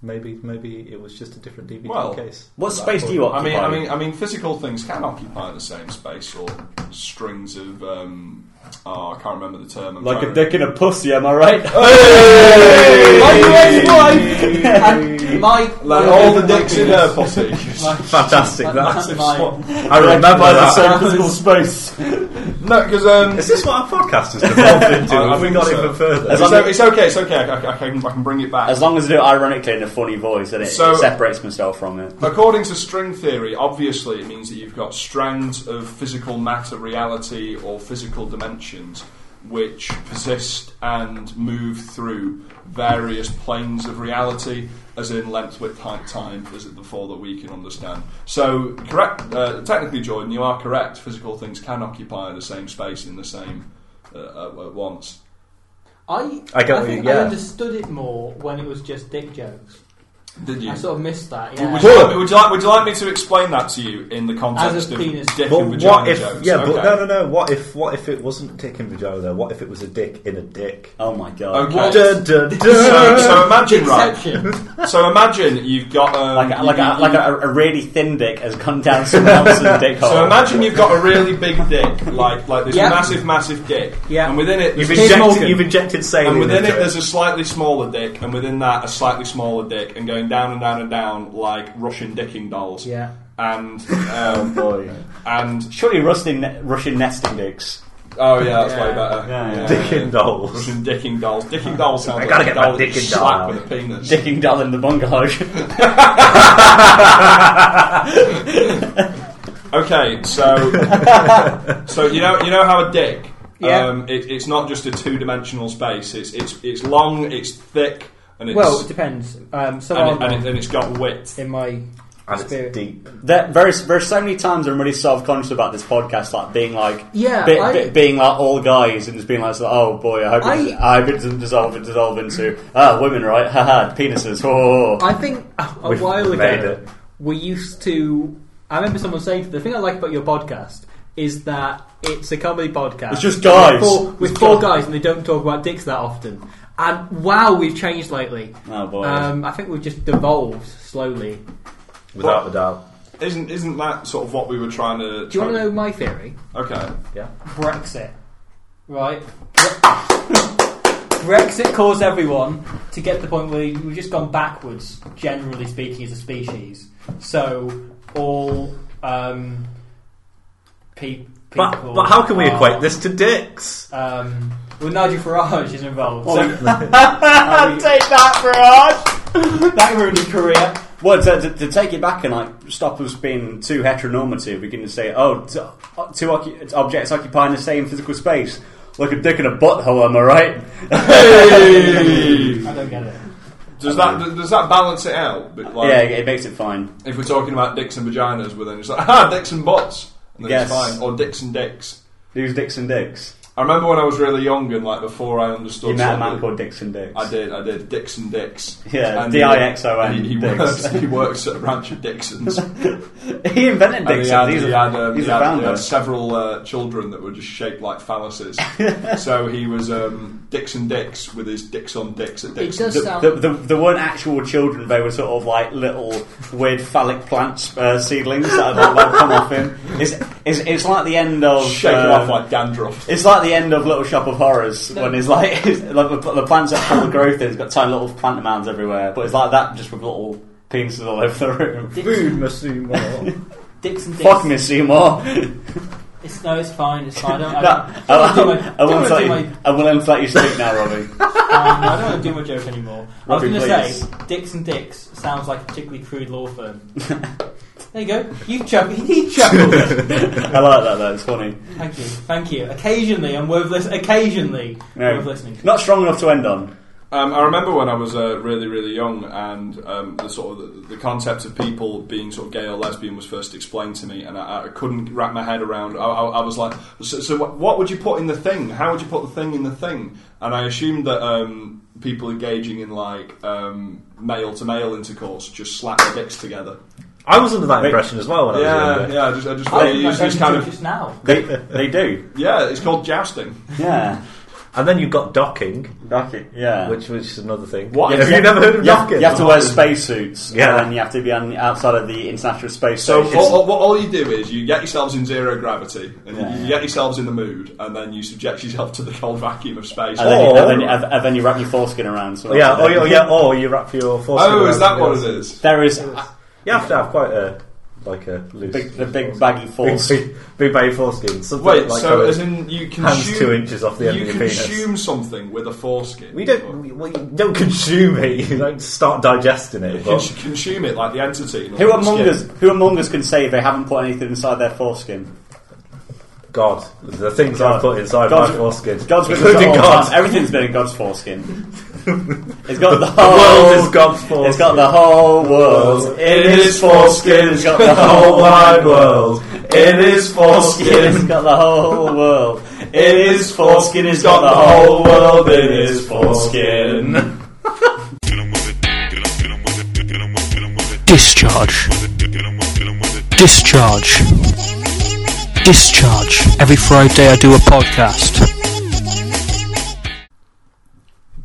[SPEAKER 5] maybe maybe it was just a different DVD
[SPEAKER 6] Well,
[SPEAKER 5] case.
[SPEAKER 4] What space do you
[SPEAKER 6] I mean,
[SPEAKER 4] occupy?
[SPEAKER 6] I mean, I mean, physical things can occupy the same space or strings of. Um, oh, I can't remember the term. I'm
[SPEAKER 4] like
[SPEAKER 6] trying
[SPEAKER 4] a
[SPEAKER 6] to-
[SPEAKER 4] dick and a pussy, am I right?
[SPEAKER 3] And my,
[SPEAKER 6] Like all the dicks in her pussy.
[SPEAKER 5] Fantastic!
[SPEAKER 3] Like
[SPEAKER 5] That's
[SPEAKER 3] that-
[SPEAKER 5] what, I remember
[SPEAKER 4] the
[SPEAKER 5] that.
[SPEAKER 4] same physical space.
[SPEAKER 6] no, because um,
[SPEAKER 5] Is this what our podcast has evolved into?
[SPEAKER 6] I- I
[SPEAKER 5] Have we
[SPEAKER 6] think
[SPEAKER 5] got
[SPEAKER 6] so.
[SPEAKER 5] even further?
[SPEAKER 4] As
[SPEAKER 6] it's,
[SPEAKER 4] long
[SPEAKER 6] o- it's okay. It's okay. I, I- I can, I can bring it back.
[SPEAKER 4] As long as they do it ironically in a funny voice, then it,
[SPEAKER 6] So-
[SPEAKER 4] it separates myself from it.
[SPEAKER 6] According to string theory, obviously it means that you've got strands of physical matter, reality, or physical dimensions which persist and move through various planes of reality, as in length, width, height, time, as the four that we can understand. So, correct, uh, technically, Jordan, you are correct. Physical things can occupy the same space in the same uh, at, at once.
[SPEAKER 3] I,
[SPEAKER 5] I get what
[SPEAKER 3] think
[SPEAKER 5] you-
[SPEAKER 3] I
[SPEAKER 5] yeah.
[SPEAKER 3] understood it more when it was just dick jokes.
[SPEAKER 6] Did you?
[SPEAKER 3] I sort of missed that.
[SPEAKER 6] Would-
[SPEAKER 3] Yeah.
[SPEAKER 6] Would you, like, would, you like, would you like me to explain that to you in the
[SPEAKER 3] As
[SPEAKER 6] context
[SPEAKER 3] a
[SPEAKER 6] of
[SPEAKER 3] penis.
[SPEAKER 6] dick
[SPEAKER 5] But
[SPEAKER 6] and vagina
[SPEAKER 5] what if?
[SPEAKER 6] jokes?
[SPEAKER 5] Yeah, but
[SPEAKER 6] Okay.
[SPEAKER 5] no, no, no. What if? What if it wasn't dick and vagina? Though? What if it was a dick in a dick?
[SPEAKER 4] Oh my god!
[SPEAKER 6] Okay.
[SPEAKER 5] Dun, dun, dun.
[SPEAKER 6] so, so imagine, right?
[SPEAKER 3] Deception.
[SPEAKER 6] So imagine you've got um,
[SPEAKER 4] Like a,
[SPEAKER 6] you-
[SPEAKER 4] like a,
[SPEAKER 6] you-
[SPEAKER 4] like a, a really thin dick has gone down someone else's dick hole.
[SPEAKER 6] So imagine you've got a really big dick, like like this
[SPEAKER 3] Yeah.
[SPEAKER 6] massive, massive dick,
[SPEAKER 3] Yeah.
[SPEAKER 6] and within it,
[SPEAKER 5] You've
[SPEAKER 6] there's-
[SPEAKER 5] injected, you've injected saline.
[SPEAKER 6] and within it,
[SPEAKER 5] into
[SPEAKER 6] there's a slightly smaller dick, and within that, a slightly smaller dick, and going down and down and down like Russian dicking dolls.
[SPEAKER 3] Yeah.
[SPEAKER 6] And um,
[SPEAKER 4] Boy.
[SPEAKER 6] and
[SPEAKER 4] Surely Russian Russian nesting dicks.
[SPEAKER 6] oh yeah, that's way
[SPEAKER 3] Yeah.
[SPEAKER 6] better.
[SPEAKER 4] Yeah, yeah.
[SPEAKER 5] Dicking dolls.
[SPEAKER 6] Russian dicking dolls. Dicking dolls
[SPEAKER 5] I
[SPEAKER 6] sounds like
[SPEAKER 5] gotta
[SPEAKER 6] a
[SPEAKER 5] get my
[SPEAKER 6] doll that
[SPEAKER 5] dicking
[SPEAKER 6] you slap
[SPEAKER 5] doll.
[SPEAKER 6] with a penis.
[SPEAKER 4] Dicking down in the bungalow.
[SPEAKER 6] Okay, so so you know you know how a dick.
[SPEAKER 3] Yeah.
[SPEAKER 6] Um, it, it's not just a two-dimensional space. It's it's it's long, it's thick, and it's
[SPEAKER 3] Well, it depends. Um, so
[SPEAKER 6] and, it,
[SPEAKER 3] I'll-
[SPEAKER 6] and, it, and it's got width.
[SPEAKER 3] in my
[SPEAKER 5] and it's
[SPEAKER 3] Spirit.
[SPEAKER 5] deep.
[SPEAKER 4] There, there's, there's so many times I'm really self conscious about this podcast, like being like,
[SPEAKER 3] Yeah,
[SPEAKER 4] be-
[SPEAKER 3] I-
[SPEAKER 4] be- being like all guys and just being like, oh boy, I hope, it,
[SPEAKER 3] I-
[SPEAKER 4] I hope it doesn't dissolve, it dissolve into ah women, right? Haha, penises. Oh,
[SPEAKER 3] I think a, a
[SPEAKER 5] We've
[SPEAKER 3] while ago
[SPEAKER 5] made it.
[SPEAKER 3] we used to. I remember someone saying to the thing I like about your podcast is that it's a comedy podcast.
[SPEAKER 4] It's just guys.
[SPEAKER 3] with four, with
[SPEAKER 4] It's
[SPEAKER 3] four
[SPEAKER 4] guys.
[SPEAKER 3] guys, and they don't talk about dicks that often. And wow, we've changed lately.
[SPEAKER 4] Oh, boy.
[SPEAKER 3] Um, I think we've just devolved slowly.
[SPEAKER 5] Without a doubt.
[SPEAKER 6] Isn't isn't that sort of what we were trying to?
[SPEAKER 3] Do you want to know my theory?
[SPEAKER 6] Okay.
[SPEAKER 5] Yeah.
[SPEAKER 3] Brexit, right? Brexit caused everyone to get to the point where we've just gone backwards, generally speaking, as a species. So all um, pe- people.
[SPEAKER 5] But, but how can we
[SPEAKER 3] are,
[SPEAKER 5] equate this to dicks?
[SPEAKER 6] Uh,
[SPEAKER 3] Um, well, Nigel Farage is involved. so-
[SPEAKER 4] I'll take that, Raj.
[SPEAKER 3] that ruined his career.
[SPEAKER 4] Well, to, to, to take it back and like stop us being too heteronormative, we can just say, oh, t- uh, two occu- objects occupying the same physical space, like a dick and a butthole. Am I right?
[SPEAKER 3] I don't get it.
[SPEAKER 6] Does that does that balance it out? But like,
[SPEAKER 4] yeah, it makes it fine.
[SPEAKER 6] If we're talking about dicks and vaginas, we're then just like, ah, dicks and butts. And then it's
[SPEAKER 4] Yes.
[SPEAKER 6] fine. Or dicks and dicks.
[SPEAKER 4] Who's dicks and dicks?
[SPEAKER 6] I remember when I was really young and like before I understood.
[SPEAKER 4] You met a man
[SPEAKER 6] something-
[SPEAKER 4] called Dicks and Dicks.
[SPEAKER 6] I did, I did. Dicks and Dicks.
[SPEAKER 4] Yeah,
[SPEAKER 6] And
[SPEAKER 4] D-I-X-O-N,
[SPEAKER 6] He, he,
[SPEAKER 4] Dicks.
[SPEAKER 6] works, he works at a ranch of Dixon's.
[SPEAKER 4] He invented
[SPEAKER 6] And
[SPEAKER 4] Dixon.
[SPEAKER 6] he had,
[SPEAKER 4] he's
[SPEAKER 6] he,
[SPEAKER 4] a,
[SPEAKER 6] had, um,
[SPEAKER 4] he's
[SPEAKER 6] he,
[SPEAKER 4] a
[SPEAKER 6] had, he
[SPEAKER 4] founder.
[SPEAKER 6] had several uh, children that were just shaped like phalluses. so he was um, Dicks and Dicks with his dicks on dicks at
[SPEAKER 3] It does
[SPEAKER 6] Dixon's.
[SPEAKER 4] The,
[SPEAKER 3] sound.
[SPEAKER 4] the, the, there weren't actual children, they were sort of like little weird phallic plant uh, seedlings that had like, come off him. It's, it's, it's like the end of.
[SPEAKER 6] Shake
[SPEAKER 4] um,
[SPEAKER 6] him off like dandruff.
[SPEAKER 4] It's like the end of Little Shop of Horrors when it's like, it's like the, the plants are full of growth and it's got tiny little plant mounds everywhere. But it's like that just with little penises all over the room.
[SPEAKER 3] Dicks,
[SPEAKER 5] must be
[SPEAKER 3] dicks and dicks.
[SPEAKER 4] Fuck me, Seymour.
[SPEAKER 3] It's, no, it's fine. It's fine. I don't, I
[SPEAKER 4] I,
[SPEAKER 3] don't,
[SPEAKER 4] I,
[SPEAKER 3] I don't,
[SPEAKER 4] I, I
[SPEAKER 3] want
[SPEAKER 4] won't
[SPEAKER 3] to
[SPEAKER 4] let
[SPEAKER 3] do my.
[SPEAKER 4] you- I will let you speak now, Robbie.
[SPEAKER 3] Um, I don't want to do my joke anymore.
[SPEAKER 4] Robbie,
[SPEAKER 3] I was going to
[SPEAKER 4] please.
[SPEAKER 3] say, Dicks and Dicks sounds like a particularly crude law firm. there you go. You chuckled. He chuckled.
[SPEAKER 4] I like that though, it's funny.
[SPEAKER 3] Thank you. Thank you. Occasionally, and worth listening. Occasionally,
[SPEAKER 4] No.
[SPEAKER 3] worth listening.
[SPEAKER 4] Not strong enough to end on.
[SPEAKER 6] Um, I remember when I was uh, really, really young, and um, the sort of the, the concept of people being sort of gay or lesbian was first explained to me, and I, I couldn't wrap my head around. I, I, I was like, so, so what, what would you put in the thing? How would you put the thing in the thing? And I assumed that um, people engaging in like um, male to male intercourse just slap their dicks together.
[SPEAKER 5] I was under that impression as well when I was
[SPEAKER 6] Yeah,
[SPEAKER 5] younger.
[SPEAKER 6] yeah. I just, I just
[SPEAKER 3] I
[SPEAKER 6] really
[SPEAKER 3] think my
[SPEAKER 6] use this
[SPEAKER 3] friend
[SPEAKER 6] kind
[SPEAKER 3] did
[SPEAKER 6] of
[SPEAKER 3] just now.
[SPEAKER 4] They they do.
[SPEAKER 6] yeah. It's called jousting.
[SPEAKER 4] Yeah.
[SPEAKER 5] And then you've got docking,
[SPEAKER 4] Docking. Yeah.
[SPEAKER 5] which, which is another thing.
[SPEAKER 6] What?
[SPEAKER 5] Have you,
[SPEAKER 4] Yeah.
[SPEAKER 5] never heard of
[SPEAKER 4] You have,
[SPEAKER 5] docking? Oh,
[SPEAKER 4] you have to wear spacesuits.
[SPEAKER 5] Yeah.
[SPEAKER 4] And you have to be on, outside of the International Space
[SPEAKER 6] So oh,
[SPEAKER 4] Station.
[SPEAKER 6] all, all, what all you do is you get yourselves in zero gravity, and
[SPEAKER 4] Yeah,
[SPEAKER 6] you
[SPEAKER 4] yeah.
[SPEAKER 6] get yourselves in the mood, and then you subject yourself to the cold vacuum of space.
[SPEAKER 4] and, then you,
[SPEAKER 5] Or-
[SPEAKER 4] and, then
[SPEAKER 6] oh.
[SPEAKER 4] you, and, and then you wrap your foreskin around. So
[SPEAKER 5] Yeah, or, or, yeah, or you wrap your foreskin.
[SPEAKER 6] oh, is
[SPEAKER 5] around
[SPEAKER 6] that what it is?
[SPEAKER 4] There is
[SPEAKER 5] You have to have quite a like a loose,
[SPEAKER 4] big, the big baggy
[SPEAKER 5] big,
[SPEAKER 4] force.
[SPEAKER 5] big, big baggy foreskin. Something
[SPEAKER 6] Wait,
[SPEAKER 5] like
[SPEAKER 6] so
[SPEAKER 5] a-
[SPEAKER 6] as in you consume
[SPEAKER 5] hands two inches off the end
[SPEAKER 6] you
[SPEAKER 5] of your penis.
[SPEAKER 6] consume something with a foreskin.
[SPEAKER 5] we don't we, we don't consume it. You don't start digesting it.
[SPEAKER 6] Or
[SPEAKER 5] But
[SPEAKER 6] cons- consume it like the entity. in
[SPEAKER 4] Who
[SPEAKER 6] the
[SPEAKER 4] among
[SPEAKER 6] skin.
[SPEAKER 4] us? Who among us can say they haven't put anything inside their foreskin?
[SPEAKER 5] God, the things I
[SPEAKER 4] God.
[SPEAKER 5] put inside
[SPEAKER 4] God's-
[SPEAKER 5] my foreskin,
[SPEAKER 4] God's been
[SPEAKER 5] including God,
[SPEAKER 4] God. Everything's been in God's foreskin. It's got the
[SPEAKER 5] the
[SPEAKER 4] whole
[SPEAKER 5] world is God's foreskin.
[SPEAKER 4] It's got the whole world in his foreskin. It's got the whole wide world in his foreskin. It's got the whole world in his foreskin. It's got the whole world in his foreskin.
[SPEAKER 8] Get 'em with it, get 'em- get 'em with it, get 'em with- get 'em with it,
[SPEAKER 7] Discharge.
[SPEAKER 8] with it, get 'em with- get 'em with it.
[SPEAKER 7] Discharge. Discharge. Every Friday I do a podcast.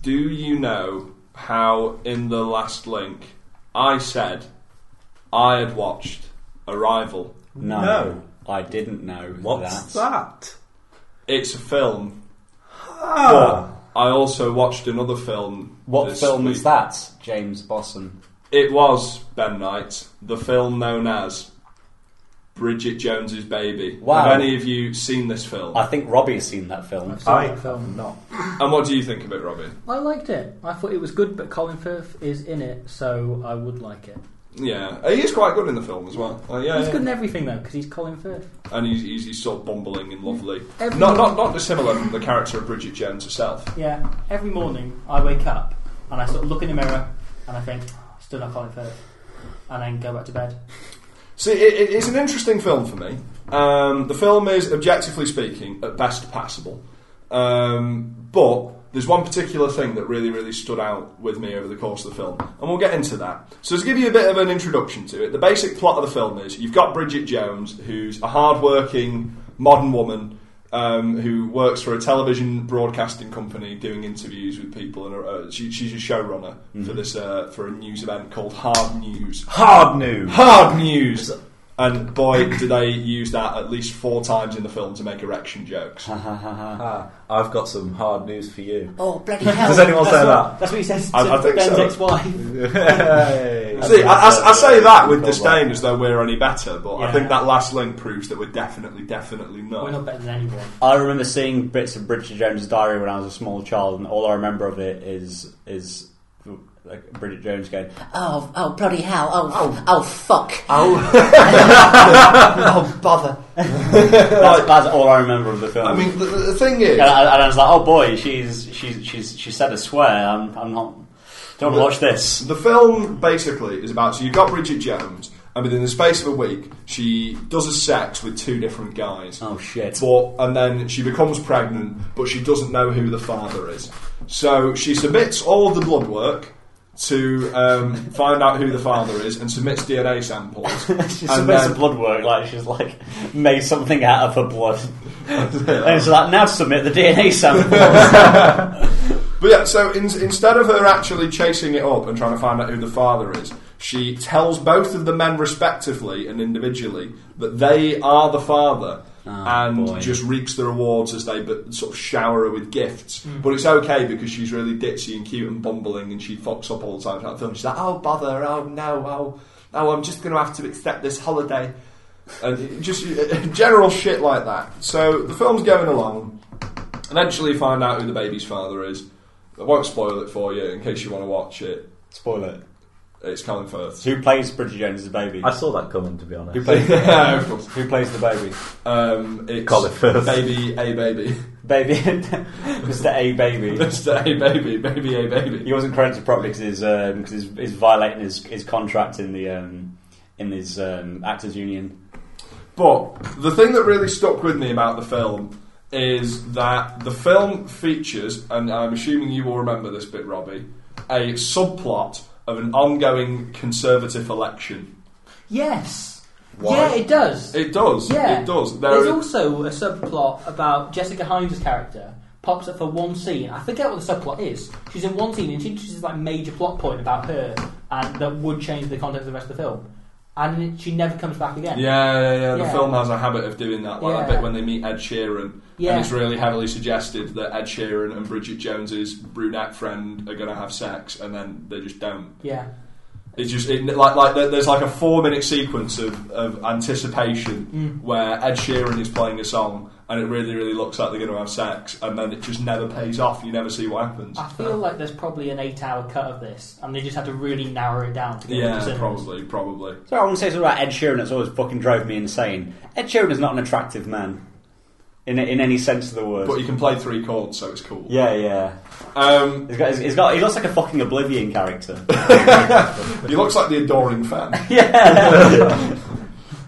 [SPEAKER 6] Do you know how in the last link I said I had watched Arrival?
[SPEAKER 4] No,
[SPEAKER 5] No.
[SPEAKER 4] I didn't know
[SPEAKER 5] What's that?
[SPEAKER 6] It's a film.
[SPEAKER 5] Ah,
[SPEAKER 6] I also watched another film.
[SPEAKER 4] What
[SPEAKER 6] this
[SPEAKER 4] film
[SPEAKER 6] week.
[SPEAKER 4] is that? James Bosson.
[SPEAKER 6] It was Ben Knight, the film known as Bridget Jones's Baby.
[SPEAKER 4] Wow.
[SPEAKER 6] Have any of you seen this film?
[SPEAKER 4] I think Robbie has seen that film.
[SPEAKER 5] I
[SPEAKER 3] that film.
[SPEAKER 5] have not.
[SPEAKER 6] and what do you think of it, Robin?
[SPEAKER 3] I liked it. I thought it was good, but Colin Firth is in it, so I would like it.
[SPEAKER 6] Yeah, Uh, he is quite good in the film as well. Uh, yeah,
[SPEAKER 3] He's
[SPEAKER 6] yeah.
[SPEAKER 3] good in everything though because he's Colin Firth.
[SPEAKER 6] and he's, he's, he's sort of bumbling and lovely.
[SPEAKER 3] Every-
[SPEAKER 6] Not, not not dissimilar from the character of Bridget Jones herself.
[SPEAKER 3] Yeah. Every morning I wake up and I sort of look in the mirror and I think still not Colin Firth, and then go back to bed.
[SPEAKER 6] See, it, it- it's an interesting film for me. Um, the film is, objectively speaking, at best passable. Um, but there's one particular thing that really, really stood out with me over the course of the film, and we'll get into that. So, to give you a bit of an introduction to it, the basic plot of the film is you've got Bridget Jones, who's a hard-working modern woman um, who works for a television broadcasting company doing interviews with people, and uh, she, she's a showrunner for this uh, for a news event called Hard News.
[SPEAKER 4] Hard news.
[SPEAKER 6] Hard news. And boy, do they use that at least four times in the film to make erection jokes. I,
[SPEAKER 5] Ah, I've got some hard news for you.
[SPEAKER 3] Oh bloody hell!
[SPEAKER 5] Does anyone
[SPEAKER 3] that's
[SPEAKER 5] say
[SPEAKER 3] what,
[SPEAKER 5] that?
[SPEAKER 3] That's what he says to
[SPEAKER 6] I- I think
[SPEAKER 3] Ben's
[SPEAKER 6] so.
[SPEAKER 3] ex-wife.
[SPEAKER 5] Hey.
[SPEAKER 6] See, I, I- I say that with disdain as though we're any better, but I
[SPEAKER 3] Yeah.
[SPEAKER 6] think that last link proves that we're definitely, definitely not.
[SPEAKER 3] We're not better than anyone.
[SPEAKER 4] I remember seeing bits of Bridget Jones's diary when I was a small child, and all I remember of it is is like Bridget Jones going, "Oh, oh, bloody hell! Oh, oh, oh fuck! Oh, oh, bother!" that's, that's all I remember of the film.
[SPEAKER 6] I mean, the, the thing is,
[SPEAKER 4] and I, and I was like, "Oh boy, she's she's she's she said a swear. I'm I'm not. Don't
[SPEAKER 6] The-
[SPEAKER 4] watch this."
[SPEAKER 6] The film basically is about so you've got Bridget Jones, and within the space of a week, she does a sex with two different guys.
[SPEAKER 4] Oh, shit.
[SPEAKER 6] But and then she becomes pregnant, but she doesn't know who the father is. So she submits all of the blood work to um, find out who the father is, and submits DNA samples.
[SPEAKER 4] She's
[SPEAKER 6] And
[SPEAKER 4] submits
[SPEAKER 6] then-
[SPEAKER 4] her blood work, like she's like made something out of her blood, and she's like, "Now submit the DNA sample."
[SPEAKER 6] But yeah, so in, instead of her actually chasing it up and trying to find out who the father is, she tells both of the men respectively and individually that they are the father. and
[SPEAKER 4] boy.
[SPEAKER 6] just reaps the rewards as they but sort of shower her with gifts. But it's okay because she's really ditzy and cute and bumbling, and she fucks up all the time throughout the film. She's like, "Oh bother! Oh no! Oh, oh! I'm just going to have to accept this holiday." And it- just uh, general shit like that. So the film's going along. Eventually, you find out who the baby's father is. I won't spoil it for you in case you want to watch it.
[SPEAKER 4] Spoil it.
[SPEAKER 6] It's Colin Firth.
[SPEAKER 4] Who plays Bridget Jones' baby?
[SPEAKER 5] I saw that coming, to be
[SPEAKER 4] Who
[SPEAKER 5] honest.
[SPEAKER 4] plays,
[SPEAKER 6] yeah, of course.
[SPEAKER 4] who plays the baby?
[SPEAKER 6] Um, it's
[SPEAKER 5] Colin Firth.
[SPEAKER 6] Baby, a baby.
[SPEAKER 4] Baby, Mr. A Baby.
[SPEAKER 6] Mr. A baby, baby, a baby.
[SPEAKER 4] He wasn't credited properly because he's, um, 'cause he's, he's violating his, his contract in the um, in his um, actors union.
[SPEAKER 6] But the thing that really stuck with me about the film is that the film features, and I'm assuming you will remember this bit, Robbie, a subplot of an ongoing conservative election.
[SPEAKER 3] Yes.
[SPEAKER 6] Why?
[SPEAKER 3] Yeah, it does.
[SPEAKER 6] It does.
[SPEAKER 3] yeah,
[SPEAKER 6] It does. There
[SPEAKER 3] There's
[SPEAKER 6] is-
[SPEAKER 3] also a subplot about Jessica Hines' character pops up for one scene. I forget what the subplot is. She's in one scene and she introduces like major plot point about her, and that would change the context of the rest of the film. And it- she never comes back again.
[SPEAKER 6] Yeah, yeah, yeah. The
[SPEAKER 3] Yeah.
[SPEAKER 6] film has a habit of doing that, like that
[SPEAKER 3] Yeah.
[SPEAKER 6] bit when they meet Ed Sheeran,
[SPEAKER 3] Yeah.
[SPEAKER 6] and it's really heavily suggested that Ed Sheeran and Bridget Jones's brunette friend are going to have sex, and then they just don't.
[SPEAKER 3] Yeah.
[SPEAKER 6] It's just it, like like there- there's like a four minute sequence of, of
[SPEAKER 3] Mm.
[SPEAKER 6] anticipation where Ed Sheeran is playing a song and it really really looks like they're going to have sex and then it just never pays off. You never see what happens.
[SPEAKER 3] I feel like there's probably an eight-hour cut of this, and they just had to really narrow it down to get it to
[SPEAKER 6] yeah,
[SPEAKER 3] cinemas.
[SPEAKER 6] probably probably.
[SPEAKER 4] So I want to say something about Ed Sheeran that's always fucking drove me insane. Ed Sheeran is not an attractive man in in any sense of the word.
[SPEAKER 6] But you can play three chords, so it's cool.
[SPEAKER 4] yeah, yeah.
[SPEAKER 6] Um,
[SPEAKER 4] He's got, he's got. He looks like a fucking Oblivion character.
[SPEAKER 6] he looks like the adoring fan.
[SPEAKER 4] yeah.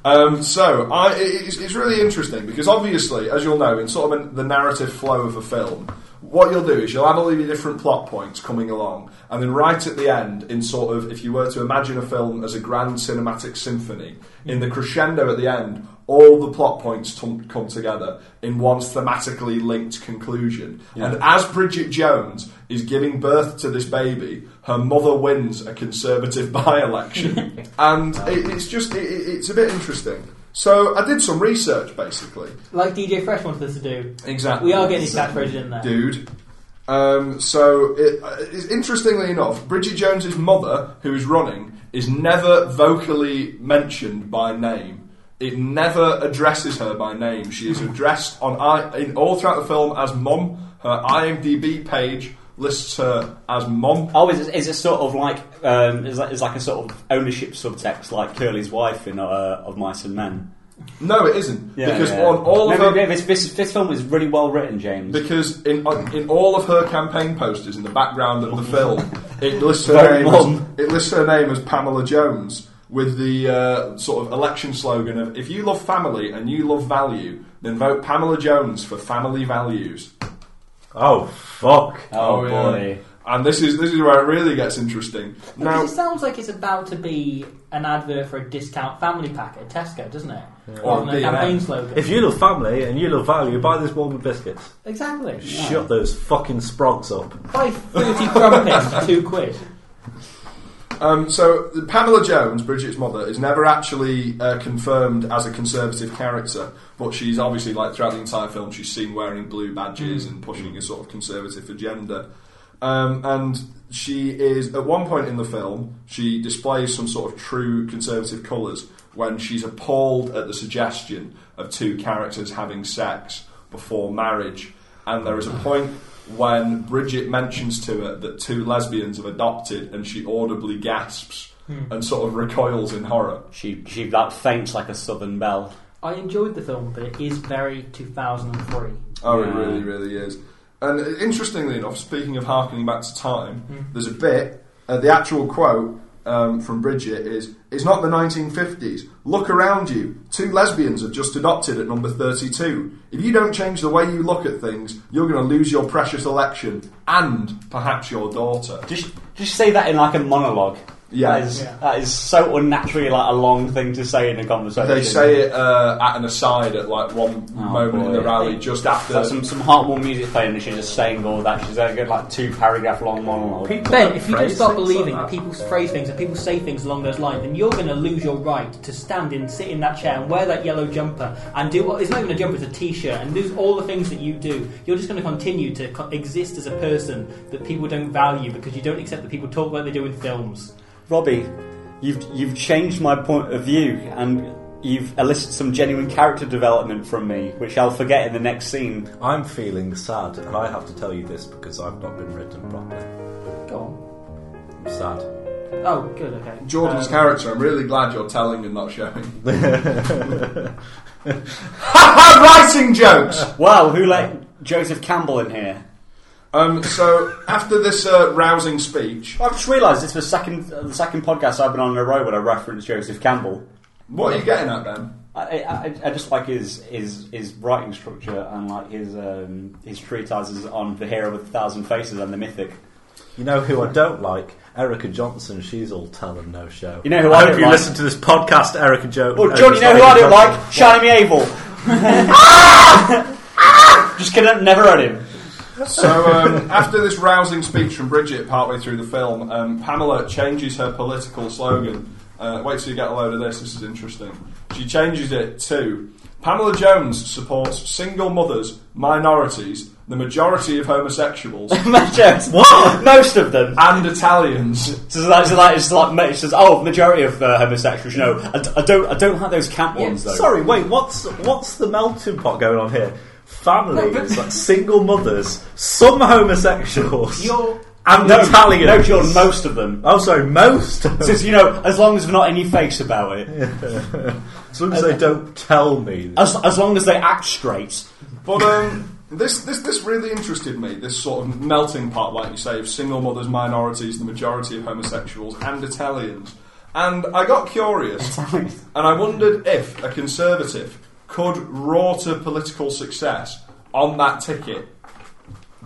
[SPEAKER 6] Um, so I, it- it's, it's really interesting because obviously, as you'll know, in sort of an, the narrative flow of a film, what you'll do is you'll have all of your different plot points coming along, and then right at the end, in sort of if you were to imagine a film as a grand cinematic symphony, in the crescendo at the end, all the plot points tum- come together in one thematically linked conclusion. And as Bridget Jones is giving birth to this baby, her mother wins a Conservative by-election, and it, it's just it, it- it's a bit interesting. So I did some research, basically.
[SPEAKER 3] Like DJ Fresh wanted us to do.
[SPEAKER 6] Exactly.
[SPEAKER 3] We are getting his catchphrase in there.
[SPEAKER 6] dude. Um, so, it, uh, it's- interestingly enough, Bridget Jones's mother, who is running, is never vocally mentioned by name. It never addresses her by name. She is addressed on I, in all throughout the film as mum. Her IMDb page lists her as mom.
[SPEAKER 4] Oh, is it, is it sort of like um, is, like, is like a sort of ownership subtext, like Curly's wife in uh, of Mice and Men?
[SPEAKER 6] No, it isn't because on all
[SPEAKER 4] no,
[SPEAKER 6] of
[SPEAKER 4] no,
[SPEAKER 6] her
[SPEAKER 4] no, this, this this film is really well written, James.
[SPEAKER 6] Because in uh, in all of her campaign posters in the background of the film, it lists her
[SPEAKER 4] Very
[SPEAKER 6] name as,
[SPEAKER 4] mum.
[SPEAKER 6] it lists her name as Pamela Jones with the uh, sort of election slogan of "If you love family and you love value, then vote Pamela Jones for family values."
[SPEAKER 5] Oh fuck!
[SPEAKER 4] oh,
[SPEAKER 6] yeah.
[SPEAKER 4] boy.
[SPEAKER 6] And this is this is where it really gets interesting. Now,
[SPEAKER 3] Because it sounds like it's about to be an advert for a discount family pack at Tesco, doesn't it? Or
[SPEAKER 6] Or
[SPEAKER 3] a
[SPEAKER 6] B&M.
[SPEAKER 3] campaign slogan.
[SPEAKER 5] If you love family and you love value, buy this Walmart biscuit.
[SPEAKER 3] exactly.
[SPEAKER 5] Shut those fucking sprogs up.
[SPEAKER 3] Buy 30 crumpets for two quid.
[SPEAKER 6] Um, so Pamela Jones, Bridget's mother, is never actually uh, confirmed as a conservative character, but she's obviously like throughout the entire film, she's seen wearing blue badges and pushing a sort of conservative agenda. Um, and she is at one point in the film, she displays some sort of true conservative colours when she's appalled at the suggestion of two characters having sex before marriage. And there is a point when Bridget mentions to her that two lesbians have adopted, and she audibly gasps and sort of recoils in horror.
[SPEAKER 4] She she like faints like a southern belle.
[SPEAKER 3] I enjoyed the film, but it is very 2003.
[SPEAKER 6] Oh, it
[SPEAKER 4] Yeah.
[SPEAKER 6] really, really is. And uh, interestingly enough, speaking of harkening back to time, there's a bit, uh, the actual quote um, from Bridget is It's not the 1950s. Look around you. Two lesbians have just adopted at number 32. If you don't change the way you look at things, you're going to lose your precious election and perhaps your daughter.
[SPEAKER 4] Just just say that in like a monologue.
[SPEAKER 6] Yeah.
[SPEAKER 4] that is,
[SPEAKER 3] Yeah.
[SPEAKER 4] that is so unnaturally like a long thing to say in a conversation.
[SPEAKER 6] They say it uh, at an aside at like one moment in
[SPEAKER 4] boy.
[SPEAKER 6] the rally just after.
[SPEAKER 4] Like some some heartwarming music playing, and she's just saying all that. She's there, got like two paragraph long monologue.
[SPEAKER 3] Ben, if you don't
[SPEAKER 5] phrase
[SPEAKER 3] start
[SPEAKER 5] things
[SPEAKER 3] believing
[SPEAKER 5] like
[SPEAKER 3] that
[SPEAKER 5] that.
[SPEAKER 3] people phrase things and people say things along those lines, then you're going to lose your right to stand in, sit in that chair and wear that yellow jumper and do what, it's not even a jumper, it's a t-shirt and lose all the things that you do. You're just going to continue to co- exist as a person that people don't value because you don't accept that people talk like they do in films.
[SPEAKER 4] Robbie, you've you've changed my point of view and you've elicited some genuine character development from me, which I'll forget in the next scene.
[SPEAKER 5] I'm feeling sad, and I have to tell you this because I've not been written properly.
[SPEAKER 3] Go
[SPEAKER 5] I'm sad.
[SPEAKER 3] on. Oh, good, okay.
[SPEAKER 6] Jordan's
[SPEAKER 3] Um,
[SPEAKER 6] character, I'm really glad you're telling and not showing. writing jokes!
[SPEAKER 4] Wow, who let Joseph Campbell in here?
[SPEAKER 6] Um, so after this uh, rousing speech,
[SPEAKER 4] I've just realised this was second uh, the second podcast I've been on in a row when I referenced Joseph Campbell.
[SPEAKER 6] what are you getting at then?
[SPEAKER 4] I, I, I just like his, his his writing structure and like his um, his treatises on the hero with a thousand faces and the mythic.
[SPEAKER 5] You know who I don't like? Erica Johnson. She's all tell and no show.
[SPEAKER 4] You know who I
[SPEAKER 5] I hope
[SPEAKER 4] don't
[SPEAKER 5] you
[SPEAKER 4] like?
[SPEAKER 5] listen to this podcast, Erica Jo. uh,
[SPEAKER 4] Well, John, you know who I don't like? Shiny Avil.
[SPEAKER 5] Ah!
[SPEAKER 4] just kidding, never heard him.
[SPEAKER 6] So um, after this rousing speech from Bridget, partway through the film, um, Pamela changes her political slogan. Uh, wait till you get a load of this. This is interesting. She changes it to Pamela Jones supports single mothers, minorities, the majority of homosexuals,
[SPEAKER 4] Matt Jones. What? Most of them.
[SPEAKER 6] and Italians.
[SPEAKER 4] So that, so that is like ma- it says, oh, majority of uh, homosexuals. No, I, d- I don't. I don't like those camp ones though.
[SPEAKER 5] Sorry, wait. What's what's the melting pot going on here? Families, like single mothers, some homosexuals,
[SPEAKER 3] You're-
[SPEAKER 5] and
[SPEAKER 4] no,
[SPEAKER 5] Italians.
[SPEAKER 4] No, John. Most of them.
[SPEAKER 5] Oh, sorry, most. as
[SPEAKER 4] Since you know, as long as there's not any fakes about it,
[SPEAKER 5] long as they don't tell me.
[SPEAKER 4] as, as long as they act straight.
[SPEAKER 6] But um, this, this this really interested me. This sort of melting pot, like you say, of single mothers, minorities, the majority of homosexuals, and Italians. And I got curious, and I wondered if a conservative could roar to political success on that ticket,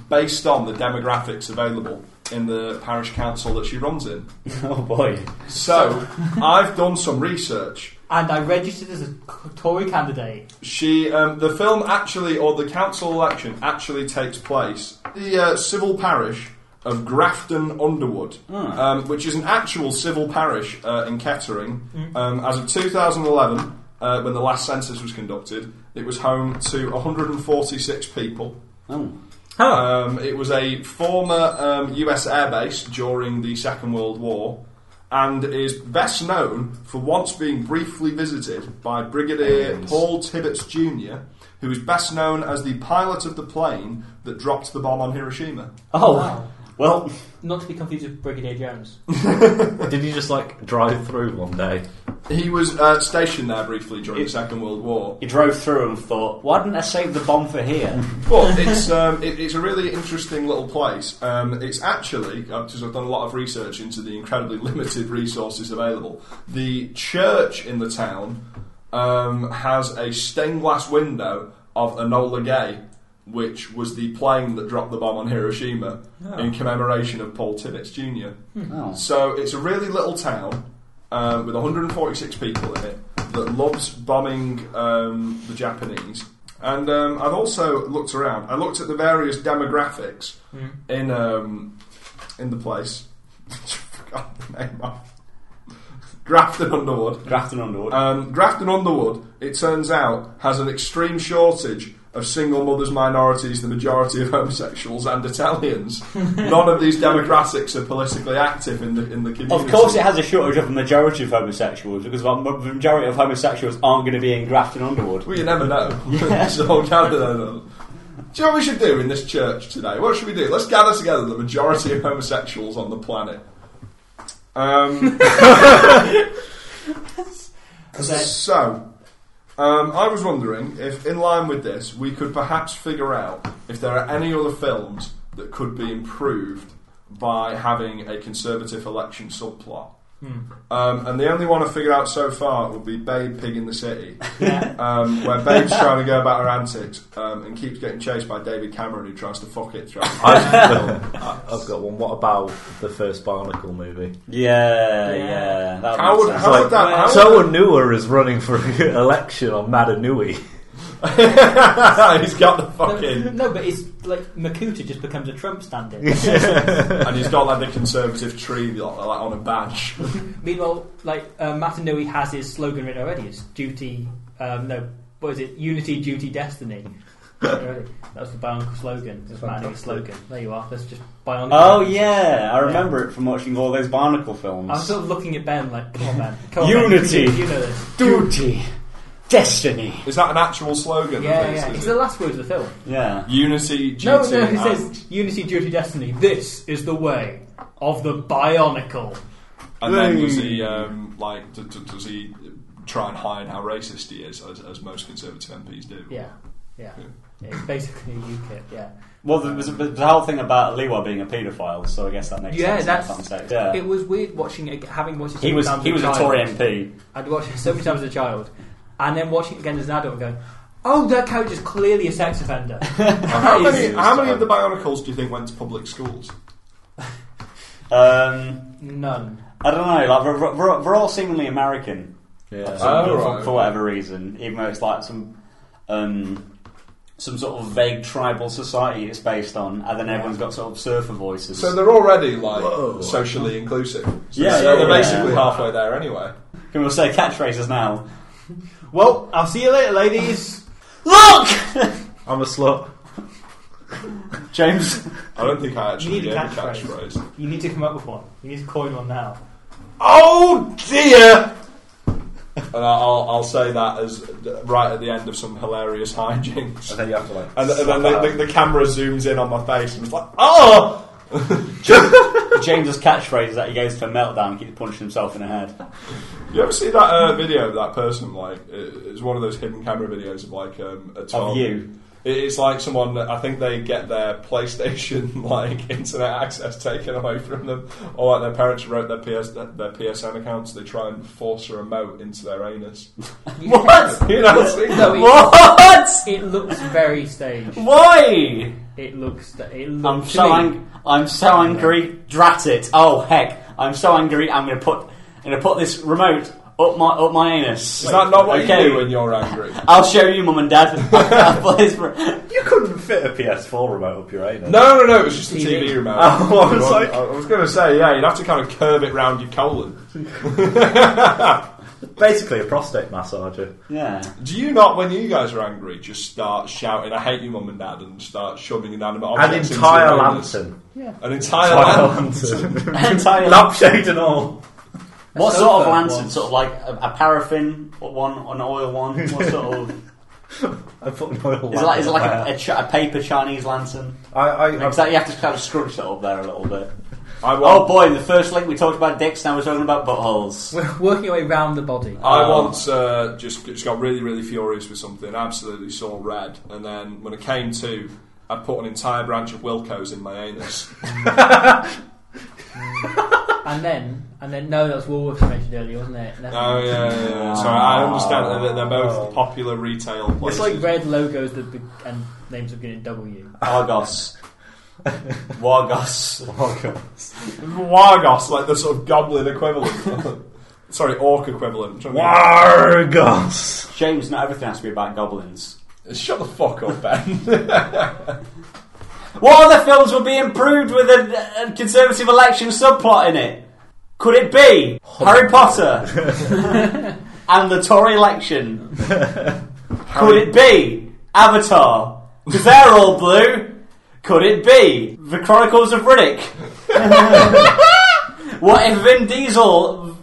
[SPEAKER 6] based on the demographics available in the parish council that she runs in.
[SPEAKER 4] Oh boy.
[SPEAKER 6] So I've done some research.
[SPEAKER 3] and I registered as a Tory candidate.
[SPEAKER 6] She, um, the film actually, or the council election actually takes place the uh, civil parish of Grafton Underwood, um, which is an actual civil parish uh, in Kettering. Um, as of 2011, uh, when the last census was conducted, it was home to 146 people.
[SPEAKER 4] Oh.
[SPEAKER 6] Um, it was a former um, US airbase during the Second World War and is best known for once being briefly visited by Brigadier Paul Tibbets Jr., who is best known as the pilot of the plane that dropped the bomb on Hiroshima.
[SPEAKER 4] Oh. Well,
[SPEAKER 3] Not to be confused with Brigadier Jones.
[SPEAKER 5] Did you just like drive through one day?
[SPEAKER 6] He was uh, stationed there briefly during the Second World War.
[SPEAKER 4] he drove through and thought, why didn't I save the bomb for here?
[SPEAKER 6] But it's um, it, it's a really interesting little place. Um, it's actually uh, because I've done a lot of research into the incredibly limited resources available. The church in the town um, has a stained glass window of Enola Gay, which was the plane that dropped the bomb on Hiroshima in commemoration of Paul Tibbets Jr.
[SPEAKER 4] Oh.
[SPEAKER 6] So it's a really little town um, with 146 people in it that loves bombing um, the Japanese. And um, I've also looked around. I looked at the various demographics
[SPEAKER 4] Hmm.
[SPEAKER 6] in um, in the place. Forgot the name of Grafton Underwood.
[SPEAKER 4] Grafton Underwood.
[SPEAKER 6] Um, Grafton Underwood, it turns out, has an extreme shortage of single mothers, minorities, the majority of homosexuals, and Italians. None of these demographics are politically active in the in the community.
[SPEAKER 4] Of course, it has a shortage of the majority of homosexuals because well, the majority of homosexuals aren't going to be in Grafton Underwood.
[SPEAKER 6] Well, you never know. so gather them. up. Do you know what we should do in this church today? What should we do? Let's gather together the majority of homosexuals on the planet. Um, so, um, I was wondering if, in line with this, we could perhaps figure out if there are any other films that could be improved by having a conservative election subplot. Um, and the only one I figured out so far would be Babe Pig in the City
[SPEAKER 3] Yeah.
[SPEAKER 6] um, where Babe's trying to go about her antics um, and keeps getting chased by David Cameron, who tries to fuck it. Throughout the
[SPEAKER 5] I've, got- I've got one. What about the first Barnacle movie?
[SPEAKER 4] Yeah, yeah.
[SPEAKER 3] Yeah.
[SPEAKER 4] that
[SPEAKER 6] How
[SPEAKER 4] makes
[SPEAKER 6] would-
[SPEAKER 4] sense.
[SPEAKER 6] how would that- how would-
[SPEAKER 5] Someone newer is running for election on Madanui.
[SPEAKER 6] he's got the fucking,
[SPEAKER 3] No, but it's like Makuta just becomes a Trump stand-in.
[SPEAKER 6] and he's got like the conservative tree like, like, on a badge.
[SPEAKER 3] Meanwhile, like uh, Matanui has his slogan written already. It's duty. Um, no, what is it? Unity, duty, destiny. Already. that was the Bionicle slogan. That's Matanui's slogan. There you are. That's just Bionicle.
[SPEAKER 4] Oh yeah, I remember it from watching all those Barnacle films.
[SPEAKER 3] I'm sort of looking at Ben like, come on, Ben. Come on,
[SPEAKER 4] Unity.
[SPEAKER 3] Ben. You, you know this.
[SPEAKER 4] Duty, destiny.
[SPEAKER 6] Is that an actual slogan?
[SPEAKER 3] Yeah,
[SPEAKER 6] Is
[SPEAKER 3] yeah.
[SPEAKER 6] it-
[SPEAKER 3] It's the last words of the film.
[SPEAKER 4] Yeah,
[SPEAKER 6] Unity, um, duty,
[SPEAKER 3] No, no, it
[SPEAKER 6] and-
[SPEAKER 3] says unity, duty, destiny. This is the way of the Bionicle.
[SPEAKER 6] And then does he um, like d- d- does he try and hide how racist he is, as, as most conservative MPs do?
[SPEAKER 3] Yeah, yeah.
[SPEAKER 4] Hmm.
[SPEAKER 3] It's basically UKIP. Yeah.
[SPEAKER 4] Well, there was, there was the whole thing about Lewa being a paedophile, so I guess that makes
[SPEAKER 3] Yeah,
[SPEAKER 4] sense. in
[SPEAKER 3] that's-
[SPEAKER 4] context. Yeah.
[SPEAKER 3] It was weird watching it, having watched it. so
[SPEAKER 4] he
[SPEAKER 3] many
[SPEAKER 4] was
[SPEAKER 3] times
[SPEAKER 4] he
[SPEAKER 3] as
[SPEAKER 4] was a
[SPEAKER 3] child.
[SPEAKER 4] Tory MP.
[SPEAKER 3] I'd watched it so many times as a child, and then watching it again as an adult, and going, "Oh, that character's clearly a sex offender." That
[SPEAKER 6] How many,
[SPEAKER 3] is-
[SPEAKER 6] how many of the Bionicles do you think went to public schools?
[SPEAKER 4] Um,
[SPEAKER 3] None.
[SPEAKER 4] I don't know. Like we're, we're, we're all seemingly American.
[SPEAKER 5] Yeah.
[SPEAKER 6] Oh,
[SPEAKER 4] for,
[SPEAKER 6] right.
[SPEAKER 4] for whatever reason, even though it's like some um, some sort of vague tribal society it's based on, and then everyone's got sort of surfer voices.
[SPEAKER 6] So they're already like
[SPEAKER 5] Whoa.
[SPEAKER 6] socially inclusive. So
[SPEAKER 4] Yeah,
[SPEAKER 6] they're,
[SPEAKER 4] yeah,
[SPEAKER 6] they're
[SPEAKER 4] yeah.
[SPEAKER 6] basically halfway there anyway.
[SPEAKER 4] Can we say catchphrases now?
[SPEAKER 3] Well, I'll see you later, ladies.
[SPEAKER 4] Look,
[SPEAKER 5] I'm a slut.
[SPEAKER 4] James.
[SPEAKER 6] I don't think I
[SPEAKER 3] You
[SPEAKER 6] actually
[SPEAKER 3] need a
[SPEAKER 6] gave a
[SPEAKER 3] catchphrase.
[SPEAKER 6] catchphrase.
[SPEAKER 3] You need to come up with one. You need to coin one now.
[SPEAKER 6] Oh dear! And I- I'll, I'll say that as uh, right at the end of some hilarious hijinks.
[SPEAKER 5] And then you have to like.
[SPEAKER 6] And, and
[SPEAKER 5] slap
[SPEAKER 6] then the,
[SPEAKER 5] out.
[SPEAKER 6] the, the camera zooms in on my face and it's like, oh!
[SPEAKER 4] James's catchphrase that he goes to a meltdown keeps punching himself in the head.
[SPEAKER 6] You ever see that uh, video of that person? Like, it- it's one of those hidden camera videos of like um, a 12
[SPEAKER 4] you.
[SPEAKER 6] It- It's like someone. I think they get their PlayStation like internet access taken away from them, or like their parents wrote their PS their, their PSN accounts. They try and force a remote into their anus.
[SPEAKER 4] What?
[SPEAKER 6] You know, it's-
[SPEAKER 3] No, it,
[SPEAKER 4] What?
[SPEAKER 3] it looks very staged.
[SPEAKER 4] Why?
[SPEAKER 3] It looks. sta- It
[SPEAKER 4] I'm
[SPEAKER 3] looks. to
[SPEAKER 4] so
[SPEAKER 3] me-
[SPEAKER 4] ang- I'm so angry. Drat it! Oh heck! I'm so angry. I'm gonna put I'm gonna put this remote up my up my anus.
[SPEAKER 6] Is that not what
[SPEAKER 4] Okay.
[SPEAKER 6] you do when you're angry?
[SPEAKER 4] I'll show you, mum and dad. I'll put this re-
[SPEAKER 5] You couldn't fit a PS4 remote up your anus.
[SPEAKER 6] No, no, no. It was just the
[SPEAKER 3] TV.
[SPEAKER 6] TV remote.
[SPEAKER 5] Oh, I was like-
[SPEAKER 6] I was going to say, yeah, you'd have to kind of curve it round your colon.
[SPEAKER 5] Basically, a prostate massager.
[SPEAKER 4] Yeah.
[SPEAKER 6] Do you not, when you guys are angry, just start shouting, "I hate you, mum and dad," and start shoving inanimate
[SPEAKER 5] An
[SPEAKER 6] objects
[SPEAKER 5] entire
[SPEAKER 6] into your anus?
[SPEAKER 5] lantern.
[SPEAKER 6] An entire
[SPEAKER 5] Entire
[SPEAKER 6] lantern.
[SPEAKER 5] lantern.
[SPEAKER 4] Entire
[SPEAKER 5] Lampshade and all.
[SPEAKER 4] What
[SPEAKER 3] A
[SPEAKER 4] sort of
[SPEAKER 3] sofa
[SPEAKER 4] lantern?
[SPEAKER 3] once.
[SPEAKER 4] Sort of like a, a paraffin one, an oil one. What sort of?
[SPEAKER 5] I put an oil
[SPEAKER 4] Is it
[SPEAKER 5] lamp
[SPEAKER 4] like, is it
[SPEAKER 5] in
[SPEAKER 4] like
[SPEAKER 5] my
[SPEAKER 4] a, a,
[SPEAKER 5] hair.
[SPEAKER 4] ch- a paper Chinese lantern?
[SPEAKER 5] I, I, I,
[SPEAKER 4] Because you have to kind of scrunch that up there a little bit.
[SPEAKER 6] I
[SPEAKER 4] Oh
[SPEAKER 6] want,
[SPEAKER 4] boy, in the first link we talked about dicks, now we're talking about buttholes.
[SPEAKER 3] We're working our way round the body. Um,
[SPEAKER 6] I once uh, just just got really really furious with something. Absolutely saw red, and then when it came to, I put an entire branch of Wilco's in my anus.
[SPEAKER 3] And then, and then, no, that's Woolworths you mentioned earlier, wasn't it? Never
[SPEAKER 6] Oh
[SPEAKER 3] mind.
[SPEAKER 6] yeah, yeah, yeah. So I understand that they're both popular retail
[SPEAKER 3] It's
[SPEAKER 6] places.
[SPEAKER 3] like red logos that be- and names are getting W.
[SPEAKER 4] Oh, Argos. Wargos.
[SPEAKER 6] Wargos, like the sort of goblin equivalent. Sorry, orc equivalent.
[SPEAKER 5] Argos.
[SPEAKER 4] James, not everything has to be about goblins.
[SPEAKER 6] Shut the fuck up, Ben.
[SPEAKER 4] What other films will be improved with a, a Conservative election subplot in it? Could it be Harry Potter and the Tory election? Could it be Avatar? Because they're all blue. Could it be The Chronicles of Riddick? what if Vin Diesel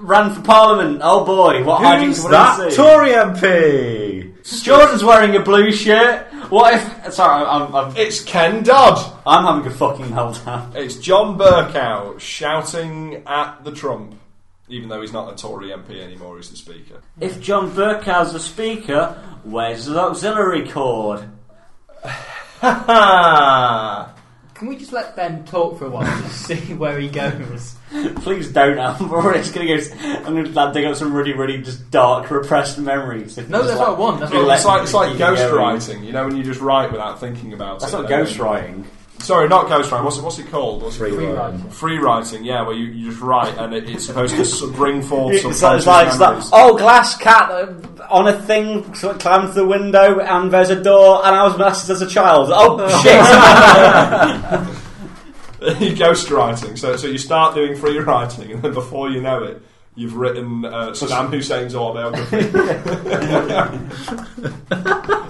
[SPEAKER 4] ran for Parliament? Oh boy, what hijinks
[SPEAKER 5] Who's
[SPEAKER 4] would I
[SPEAKER 5] that
[SPEAKER 4] see?
[SPEAKER 5] Tory MP?
[SPEAKER 4] Jordan's wearing a blue shirt. What if? Sorry, I'm, I'm,
[SPEAKER 6] it's Ken Dodd.
[SPEAKER 4] I'm having a fucking hell time.
[SPEAKER 6] It's John Burkow shouting at the Trump, even though he's not a Tory MP anymore. He's the Speaker.
[SPEAKER 4] If John Burkow's the speaker, where's the auxiliary cord?
[SPEAKER 3] Can we just let Ben talk for a while to see where he goes?
[SPEAKER 4] Please don't. I'm already just gonna go. I'm gonna like, dig up some really, really just dark, repressed memories. If
[SPEAKER 3] No,
[SPEAKER 4] you just,
[SPEAKER 3] that's what
[SPEAKER 4] like,
[SPEAKER 3] I want. That's
[SPEAKER 4] do
[SPEAKER 3] what I
[SPEAKER 6] It's
[SPEAKER 4] let
[SPEAKER 6] like, it's like
[SPEAKER 4] me keep going.
[SPEAKER 6] ghostwriting, you know, when you just write without thinking about
[SPEAKER 4] That's
[SPEAKER 6] it.
[SPEAKER 4] not
[SPEAKER 6] And then-
[SPEAKER 4] ghostwriting.
[SPEAKER 6] Sorry, not ghostwriting. What's it, what's it called? What's
[SPEAKER 5] Free
[SPEAKER 6] it
[SPEAKER 5] writing.
[SPEAKER 3] writing.
[SPEAKER 6] Free writing, yeah, where you, you just write and it, it's supposed to s- bring forth some
[SPEAKER 4] It's like, it's like, it's like,
[SPEAKER 6] memories.
[SPEAKER 4] oh, glass cat uh, on a thing so it climbs the window, and there's a door, and I was molested as a child. Oh shit!
[SPEAKER 6] ghostwriting. So, so you start doing free writing, and then before you know it, you've written uh, Saddam Hussein's autobiography.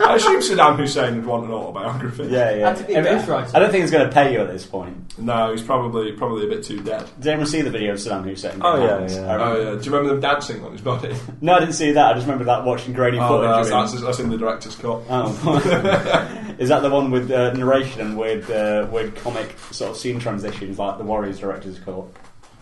[SPEAKER 6] I assume Saddam Hussein would want an autobiography.
[SPEAKER 4] yeah, yeah.
[SPEAKER 3] Had to be a ghostwriter.
[SPEAKER 4] I don't think it's going to pay you at this point.
[SPEAKER 6] No, he's probably probably a bit too dead.
[SPEAKER 4] Did anyone see the video of Saddam Hussein?
[SPEAKER 5] Oh, yeah,
[SPEAKER 4] I
[SPEAKER 5] yeah.
[SPEAKER 6] Oh
[SPEAKER 4] remember-
[SPEAKER 6] yeah, do you remember them dancing on his body?
[SPEAKER 4] No, I didn't see that. I just remember that watching grainy
[SPEAKER 6] Oh,
[SPEAKER 4] footage.
[SPEAKER 6] no,
[SPEAKER 4] of him.
[SPEAKER 6] that's, that's in the director's cut.
[SPEAKER 4] Oh. Is that the one with uh, narration and weird, uh, weird comic sort of scene transitions, like the Warriors director's court?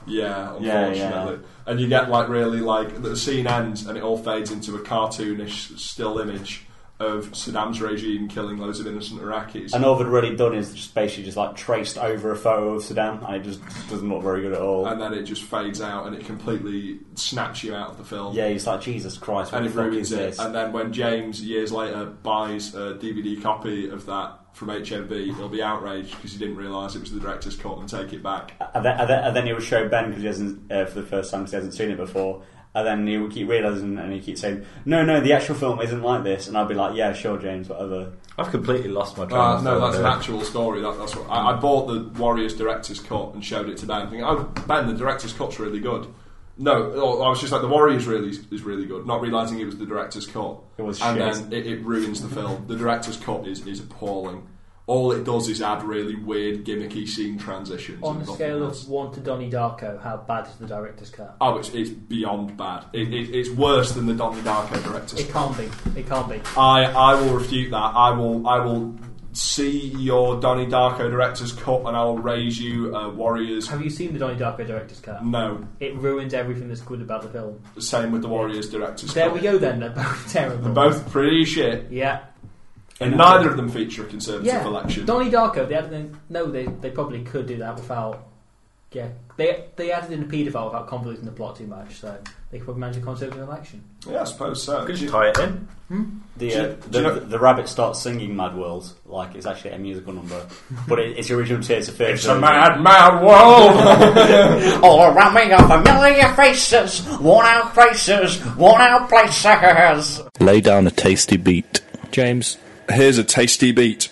[SPEAKER 6] Yeah,
[SPEAKER 4] Yeah,
[SPEAKER 6] unfortunately. And you get like really like the scene ends and it all fades into a cartoonish still image of Saddam's regime killing loads of innocent Iraqis.
[SPEAKER 4] And all they'd really done is just basically just like traced over a photo of Saddam, and it just doesn't look very good at all.
[SPEAKER 6] and then it just fades out and it completely snaps you out of the film.
[SPEAKER 4] yeah, he's like Jesus Christ, what
[SPEAKER 6] And
[SPEAKER 4] the
[SPEAKER 6] it
[SPEAKER 4] fuck is
[SPEAKER 6] ruins it.
[SPEAKER 4] this?
[SPEAKER 6] And then when James years later buys a DVD copy of that from HMV, he'll be outraged because he didn't realise it was the director's cut and take it back.
[SPEAKER 4] And then, and then, and then he would show Ben because he hasn't uh, for the first time because he hasn't seen it before. And then he would keep realizing, and he keeps saying, "No, no, the actual film isn't like this." And I'd be like, "Yeah, sure, James, whatever."
[SPEAKER 5] I've completely lost my train
[SPEAKER 6] Uh,
[SPEAKER 5] of
[SPEAKER 6] no,
[SPEAKER 5] thought
[SPEAKER 6] that's an
[SPEAKER 5] here.
[SPEAKER 6] actual story. That, that's what I, I bought the Warriors director's cut and showed it to Ben. Thinking, oh, Ben, the director's cut's really good. No, oh, I was just like the Warriors really is- is really good. Not realizing it was the director's cut.
[SPEAKER 4] It was
[SPEAKER 6] and
[SPEAKER 4] shit.
[SPEAKER 6] then it, it ruins the film. The director's cut is, is appalling. All it does is add really weird, gimmicky scene transitions.
[SPEAKER 3] On the
[SPEAKER 6] and nothing
[SPEAKER 3] scale
[SPEAKER 6] else.
[SPEAKER 3] of one to Donnie Darko, how bad is the director's cut?
[SPEAKER 6] oh, it's, it's beyond bad. It, it, it's worse than the Donnie Darko director's
[SPEAKER 3] It can't be. It can't be.
[SPEAKER 6] I, I will refute that. I will I will see your Donnie Darko director's cut and I will raise you uh, Warriors.
[SPEAKER 3] Have you seen the Donnie Darko director's cut?
[SPEAKER 6] No,
[SPEAKER 3] It ruins everything that's good about the film.
[SPEAKER 6] same with the Warriors director's
[SPEAKER 3] There
[SPEAKER 6] cut.
[SPEAKER 3] we go then, they're both terrible.
[SPEAKER 6] They're both pretty shit,
[SPEAKER 3] Yeah.
[SPEAKER 6] and neither of them feature a conservative
[SPEAKER 3] Yeah.
[SPEAKER 6] election.
[SPEAKER 3] Donnie Darko, they added in, no, they, they probably could do that without. Yeah. They, they added in a paedophile without convoluting the plot too much, so they could probably manage a conservative election.
[SPEAKER 6] yeah, I suppose so.
[SPEAKER 5] Could you tie it in?
[SPEAKER 4] The,
[SPEAKER 6] Do you-
[SPEAKER 4] uh,
[SPEAKER 6] do
[SPEAKER 4] the,
[SPEAKER 6] you know-
[SPEAKER 4] the, rabbit starts singing Mad World like it's actually a musical number, but it, it's the original Tears of Fear.
[SPEAKER 6] It's a mad, mad world.
[SPEAKER 4] All around me are familiar faces, worn out faces, worn out places.
[SPEAKER 9] Lay down a tasty beat.
[SPEAKER 7] James,
[SPEAKER 6] Here's a tasty beat.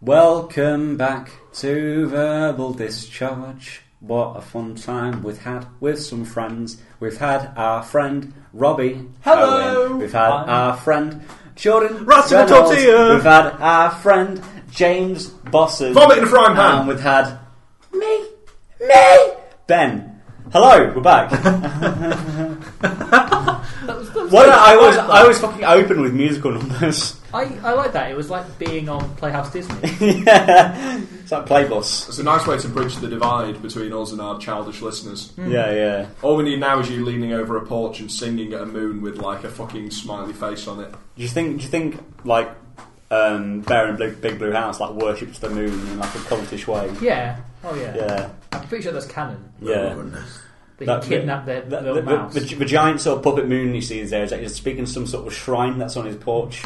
[SPEAKER 4] Welcome back to Verbal Discharge. What a fun time we've had with some friends. We've had our friend Robbie.
[SPEAKER 3] Hello.
[SPEAKER 4] Owen. We've had
[SPEAKER 3] Hi.
[SPEAKER 4] our friend Jordan
[SPEAKER 5] Rats in a
[SPEAKER 4] Reynolds.
[SPEAKER 5] tortilla.
[SPEAKER 4] We've had our friend James Bosses.
[SPEAKER 6] Vomit in a frying pan.
[SPEAKER 4] And we've had me, me, Ben. Hello, we're back. what I was, I was fucking open with musical numbers.
[SPEAKER 3] I, I like that. It was like being on Playhouse Disney.
[SPEAKER 4] yeah, it's like Playbus.
[SPEAKER 6] It's a nice way to bridge the divide between us and our childish listeners.
[SPEAKER 3] Hmm.
[SPEAKER 4] Yeah, yeah.
[SPEAKER 6] All we need now is you leaning over a porch and singing at a moon with like a fucking smiley face on it.
[SPEAKER 4] Do you think? Do you think like um, Bear in Big, Big Blue House like worships the moon in like a cultish way?
[SPEAKER 3] yeah. Oh yeah.
[SPEAKER 4] Yeah,
[SPEAKER 3] I'm pretty sure that's canon.
[SPEAKER 4] yeah.
[SPEAKER 3] They
[SPEAKER 4] That-
[SPEAKER 3] kidnapped their,
[SPEAKER 4] that-
[SPEAKER 3] their
[SPEAKER 4] the,
[SPEAKER 3] mouse.
[SPEAKER 4] the, the, the giant sort of puppet moon you see there is like he's speaking to some sort of shrine that's on his porch,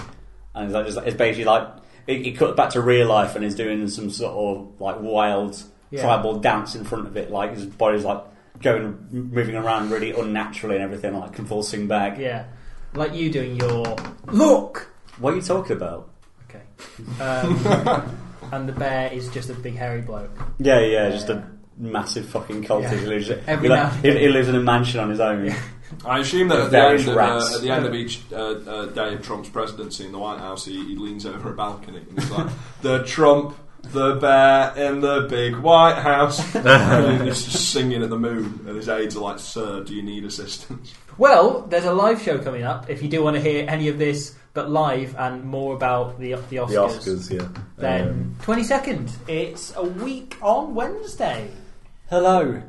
[SPEAKER 4] and it's, like, it's, like- it's basically like it, it cuts back to real life, and he's doing some sort of like wild
[SPEAKER 3] Yeah.
[SPEAKER 4] tribal dance in front of it, like his body's like going moving around really unnaturally and everything, like convulsing back.
[SPEAKER 3] yeah. Like you doing your look.
[SPEAKER 4] What are you talking about?
[SPEAKER 3] Okay. Um, and the bear is just a big hairy bloke.
[SPEAKER 4] Yeah, yeah, just a massive fucking cult.
[SPEAKER 3] Yeah.
[SPEAKER 4] He, lives,
[SPEAKER 3] Every
[SPEAKER 4] he,
[SPEAKER 3] now
[SPEAKER 4] like, he, he lives in a mansion on his own.
[SPEAKER 6] I assume that at the,
[SPEAKER 4] Various
[SPEAKER 6] end of, uh,
[SPEAKER 4] rats.
[SPEAKER 6] at the end of each uh, uh, day of Trump's presidency in the White House, he, he leans over a balcony and he's like, "The Trump, the bear in the big White House," and he's just singing at the moon. And his aides are like, "Sir, do you need assistance?"
[SPEAKER 3] Well, there's a live show coming up. If you do want to hear any of this, but live and more about the the Oscars,
[SPEAKER 5] The Oscars, yeah. Um,
[SPEAKER 3] then twenty second. It's a week on Wednesday.
[SPEAKER 4] Hello.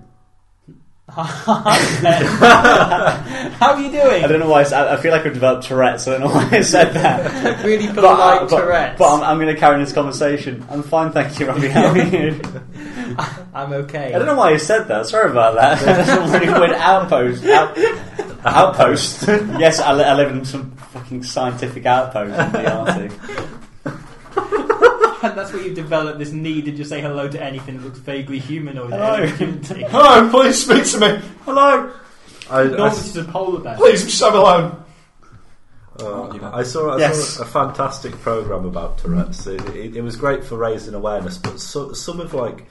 [SPEAKER 3] How are you doing?
[SPEAKER 4] I don't know why I, s- I- I feel like I've developed Tourette's. I don't know why I said that.
[SPEAKER 3] really polite
[SPEAKER 4] I- but,
[SPEAKER 3] Tourette's.
[SPEAKER 4] but I'm, I'm going to carry on this conversation. I'm fine, thank you, Robbie. How are you?
[SPEAKER 3] I'm okay.
[SPEAKER 4] I don't know why you said that. Sorry about that. That's a really weird outpost. Out, outpost. yes, I, li- I live in some fucking scientific outpost in the Arctic.
[SPEAKER 3] And that's where you develop this need to just say hello to anything that looks vaguely humanoid.
[SPEAKER 4] Hello.
[SPEAKER 3] or human-y.
[SPEAKER 6] Hello, please speak to me. Hello,
[SPEAKER 5] I, I,
[SPEAKER 3] Normally it's just a polar bear.
[SPEAKER 6] please just have me alone.
[SPEAKER 5] uh, I saw, I
[SPEAKER 4] Yes.
[SPEAKER 5] saw a fantastic program about Tourette's. It, it, it was great for raising awareness, but so, some of like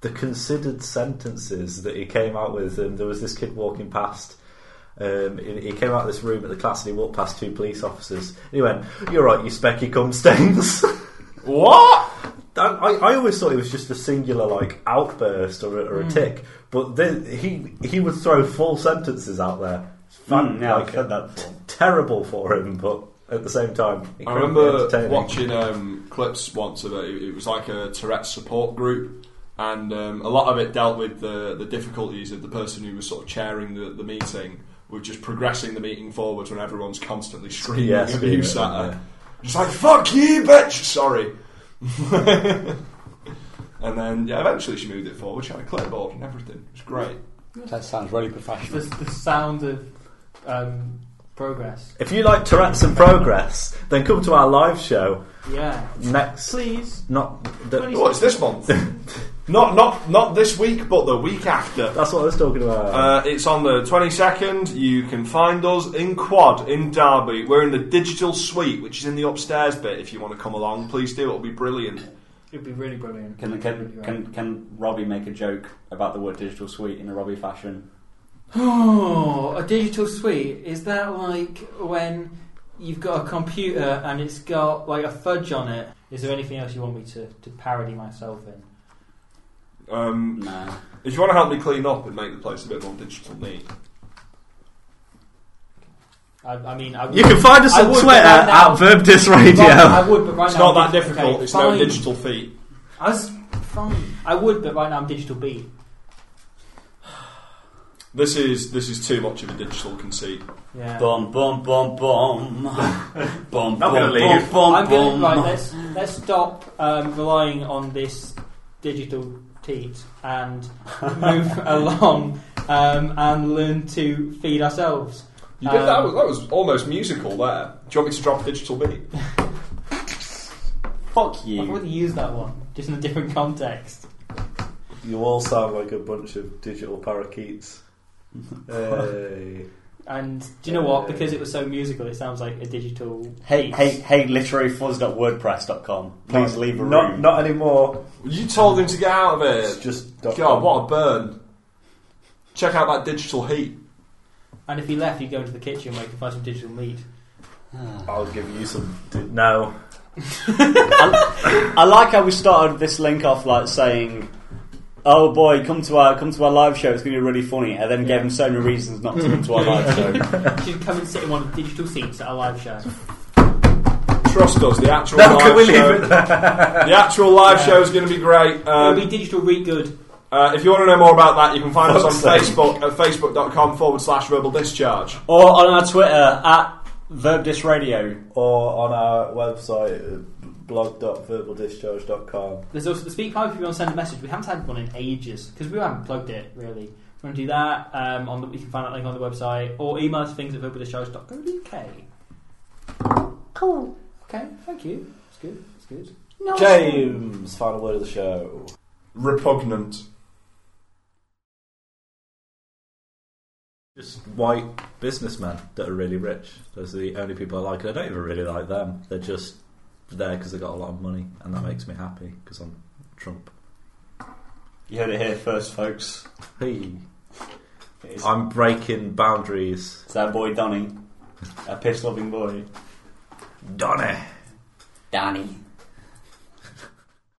[SPEAKER 5] the considered sentences that he came out with, and there was this kid walking past. Um, he, he came out of this room at the class and he walked past two police officers. And he went, "You're right, you specky cum stains."
[SPEAKER 6] What?
[SPEAKER 5] I, I I always thought it was just a singular like outburst or, a- or a
[SPEAKER 6] Hmm.
[SPEAKER 5] tick, but then he he would throw full sentences out there. It's
[SPEAKER 4] Mm, yeah, I've heard that before.
[SPEAKER 5] terrible for him, but at the same time,
[SPEAKER 6] I
[SPEAKER 5] incredibly
[SPEAKER 6] remember
[SPEAKER 5] entertaining.
[SPEAKER 6] watching um, clips once of it. It was like a Tourette's support group, and um, a lot of it dealt with the, the difficulties of the person who was sort of chairing the, the meeting with just progressing the meeting forwards when everyone's constantly screaming
[SPEAKER 5] Yeah, screaming,
[SPEAKER 6] abuse at her.
[SPEAKER 5] yeah.
[SPEAKER 6] Just like "fuck you, bitch," sorry. and then yeah, eventually she moved it forward. She had a clipboard and everything. It was great.
[SPEAKER 4] That sounds really
[SPEAKER 3] The,
[SPEAKER 4] professional.
[SPEAKER 3] the sound of um, progress.
[SPEAKER 5] If you like Tourette's and Progress, then come to our live show
[SPEAKER 3] Yeah.
[SPEAKER 5] next.
[SPEAKER 3] Please.
[SPEAKER 5] Not
[SPEAKER 3] Please.
[SPEAKER 5] that,
[SPEAKER 6] Oh, it's this month. not not not this week, but the week after.
[SPEAKER 5] that's what I was talking about.
[SPEAKER 6] Uh, it's on the 22nd. You can find us in Quad in Derby. We're in the digital suite, which is in the upstairs bit. If you want to come along, please do. It'll be brilliant.
[SPEAKER 3] It'd be really brilliant.
[SPEAKER 4] Can, can, can, can Robbie make a joke about the word digital suite in a Robbie fashion?
[SPEAKER 3] Oh, a digital suite. Is that like when you've got a computer and it's got like a fudge on it? Is there anything else you want me to, to parody myself in?
[SPEAKER 6] Um,
[SPEAKER 4] No.
[SPEAKER 6] if you want to help me clean up and make the place a bit more digital, neat.
[SPEAKER 3] I, I mean, I would,
[SPEAKER 5] you can find us
[SPEAKER 3] I
[SPEAKER 5] on
[SPEAKER 3] would, but
[SPEAKER 5] Twitter
[SPEAKER 3] right now-
[SPEAKER 5] at Verbdis Radio.
[SPEAKER 3] Right, I would, but right
[SPEAKER 6] It's
[SPEAKER 3] now
[SPEAKER 6] not that
[SPEAKER 3] I'm dig-
[SPEAKER 6] difficult.
[SPEAKER 3] okay,
[SPEAKER 6] It's no
[SPEAKER 3] fine.
[SPEAKER 6] digital feat.
[SPEAKER 3] I was fine. I would, but right now I'm digital B.
[SPEAKER 6] This is this is too much of a digital conceit.
[SPEAKER 3] Yeah.
[SPEAKER 4] Bum bum bum bum. bum bum
[SPEAKER 5] gonna
[SPEAKER 4] bum
[SPEAKER 5] leave.
[SPEAKER 4] bum
[SPEAKER 3] I'm gonna,
[SPEAKER 4] bum.
[SPEAKER 3] right, let's let's stop um, relying on this digital teat and move along um, and learn to feed ourselves.
[SPEAKER 6] You did that.
[SPEAKER 3] Um,
[SPEAKER 6] Was, that was almost musical there. Do you want me to drop digital beat?
[SPEAKER 4] Fuck
[SPEAKER 3] I've
[SPEAKER 4] you.
[SPEAKER 3] already used that one, just in a different context.
[SPEAKER 5] You all sound like a bunch of digital parakeets. Eh, Hey.
[SPEAKER 3] And do you know what? Because it was so musical, it sounds like a digital.
[SPEAKER 4] Hey,
[SPEAKER 3] teat.
[SPEAKER 4] hey, hey, literaryfuzz.wordpress.com. Please
[SPEAKER 5] Not-
[SPEAKER 4] leave a
[SPEAKER 5] not,
[SPEAKER 4] room.
[SPEAKER 5] Not anymore.
[SPEAKER 6] You told him to get out of
[SPEAKER 5] It's
[SPEAKER 6] it.
[SPEAKER 5] just dot
[SPEAKER 6] God,
[SPEAKER 5] com.
[SPEAKER 6] what a burn! Check out that digital heat.
[SPEAKER 3] And if he left, he'd go into the kitchen where he could find some digital meat.
[SPEAKER 5] I'll give you some. d- No,
[SPEAKER 4] I like how we started this link off like saying, "Oh boy, come to our come to our live show. It's going to be really funny," and then gave him so many reasons not to come to our live show.
[SPEAKER 3] She'd come and sit in one of the digital seats at a live show.
[SPEAKER 6] Trust us, the actual
[SPEAKER 5] No,
[SPEAKER 6] live
[SPEAKER 5] can we leave
[SPEAKER 6] show.
[SPEAKER 5] it
[SPEAKER 6] The actual live show is going to be great.
[SPEAKER 3] It'll
[SPEAKER 6] Um,
[SPEAKER 3] be digital re good.
[SPEAKER 6] uh, if you want to know more about that, you can find us on
[SPEAKER 5] Fuck's sake.
[SPEAKER 6] Facebook at facebook.com forward slash verbal discharge.
[SPEAKER 4] or on our Twitter at Verbdis Radio.
[SPEAKER 5] or on our website at blog.verbaldischarge.com.
[SPEAKER 3] There's also the speak pipe if you want to send a message. We haven't had one in ages because we haven't plugged it really. If you want to do that, um, on the, you can find that link on the website or email us things at verbaldischarge.co.uk. Cool. Okay, thank you. It's good. It's good. Nice one.
[SPEAKER 5] James, final word of the show.
[SPEAKER 6] Repugnant.
[SPEAKER 5] Just white businessmen that are really rich. Those are the only people I like. I don't even really like them. They're just there because they got a lot of money, and that makes me happy because I'm Trump.
[SPEAKER 4] You heard it here first, folks.
[SPEAKER 5] Hey,
[SPEAKER 4] It's,
[SPEAKER 5] I'm breaking boundaries.
[SPEAKER 4] it's our boy Donny, a piss loving boy.
[SPEAKER 5] Donny.
[SPEAKER 4] Donny.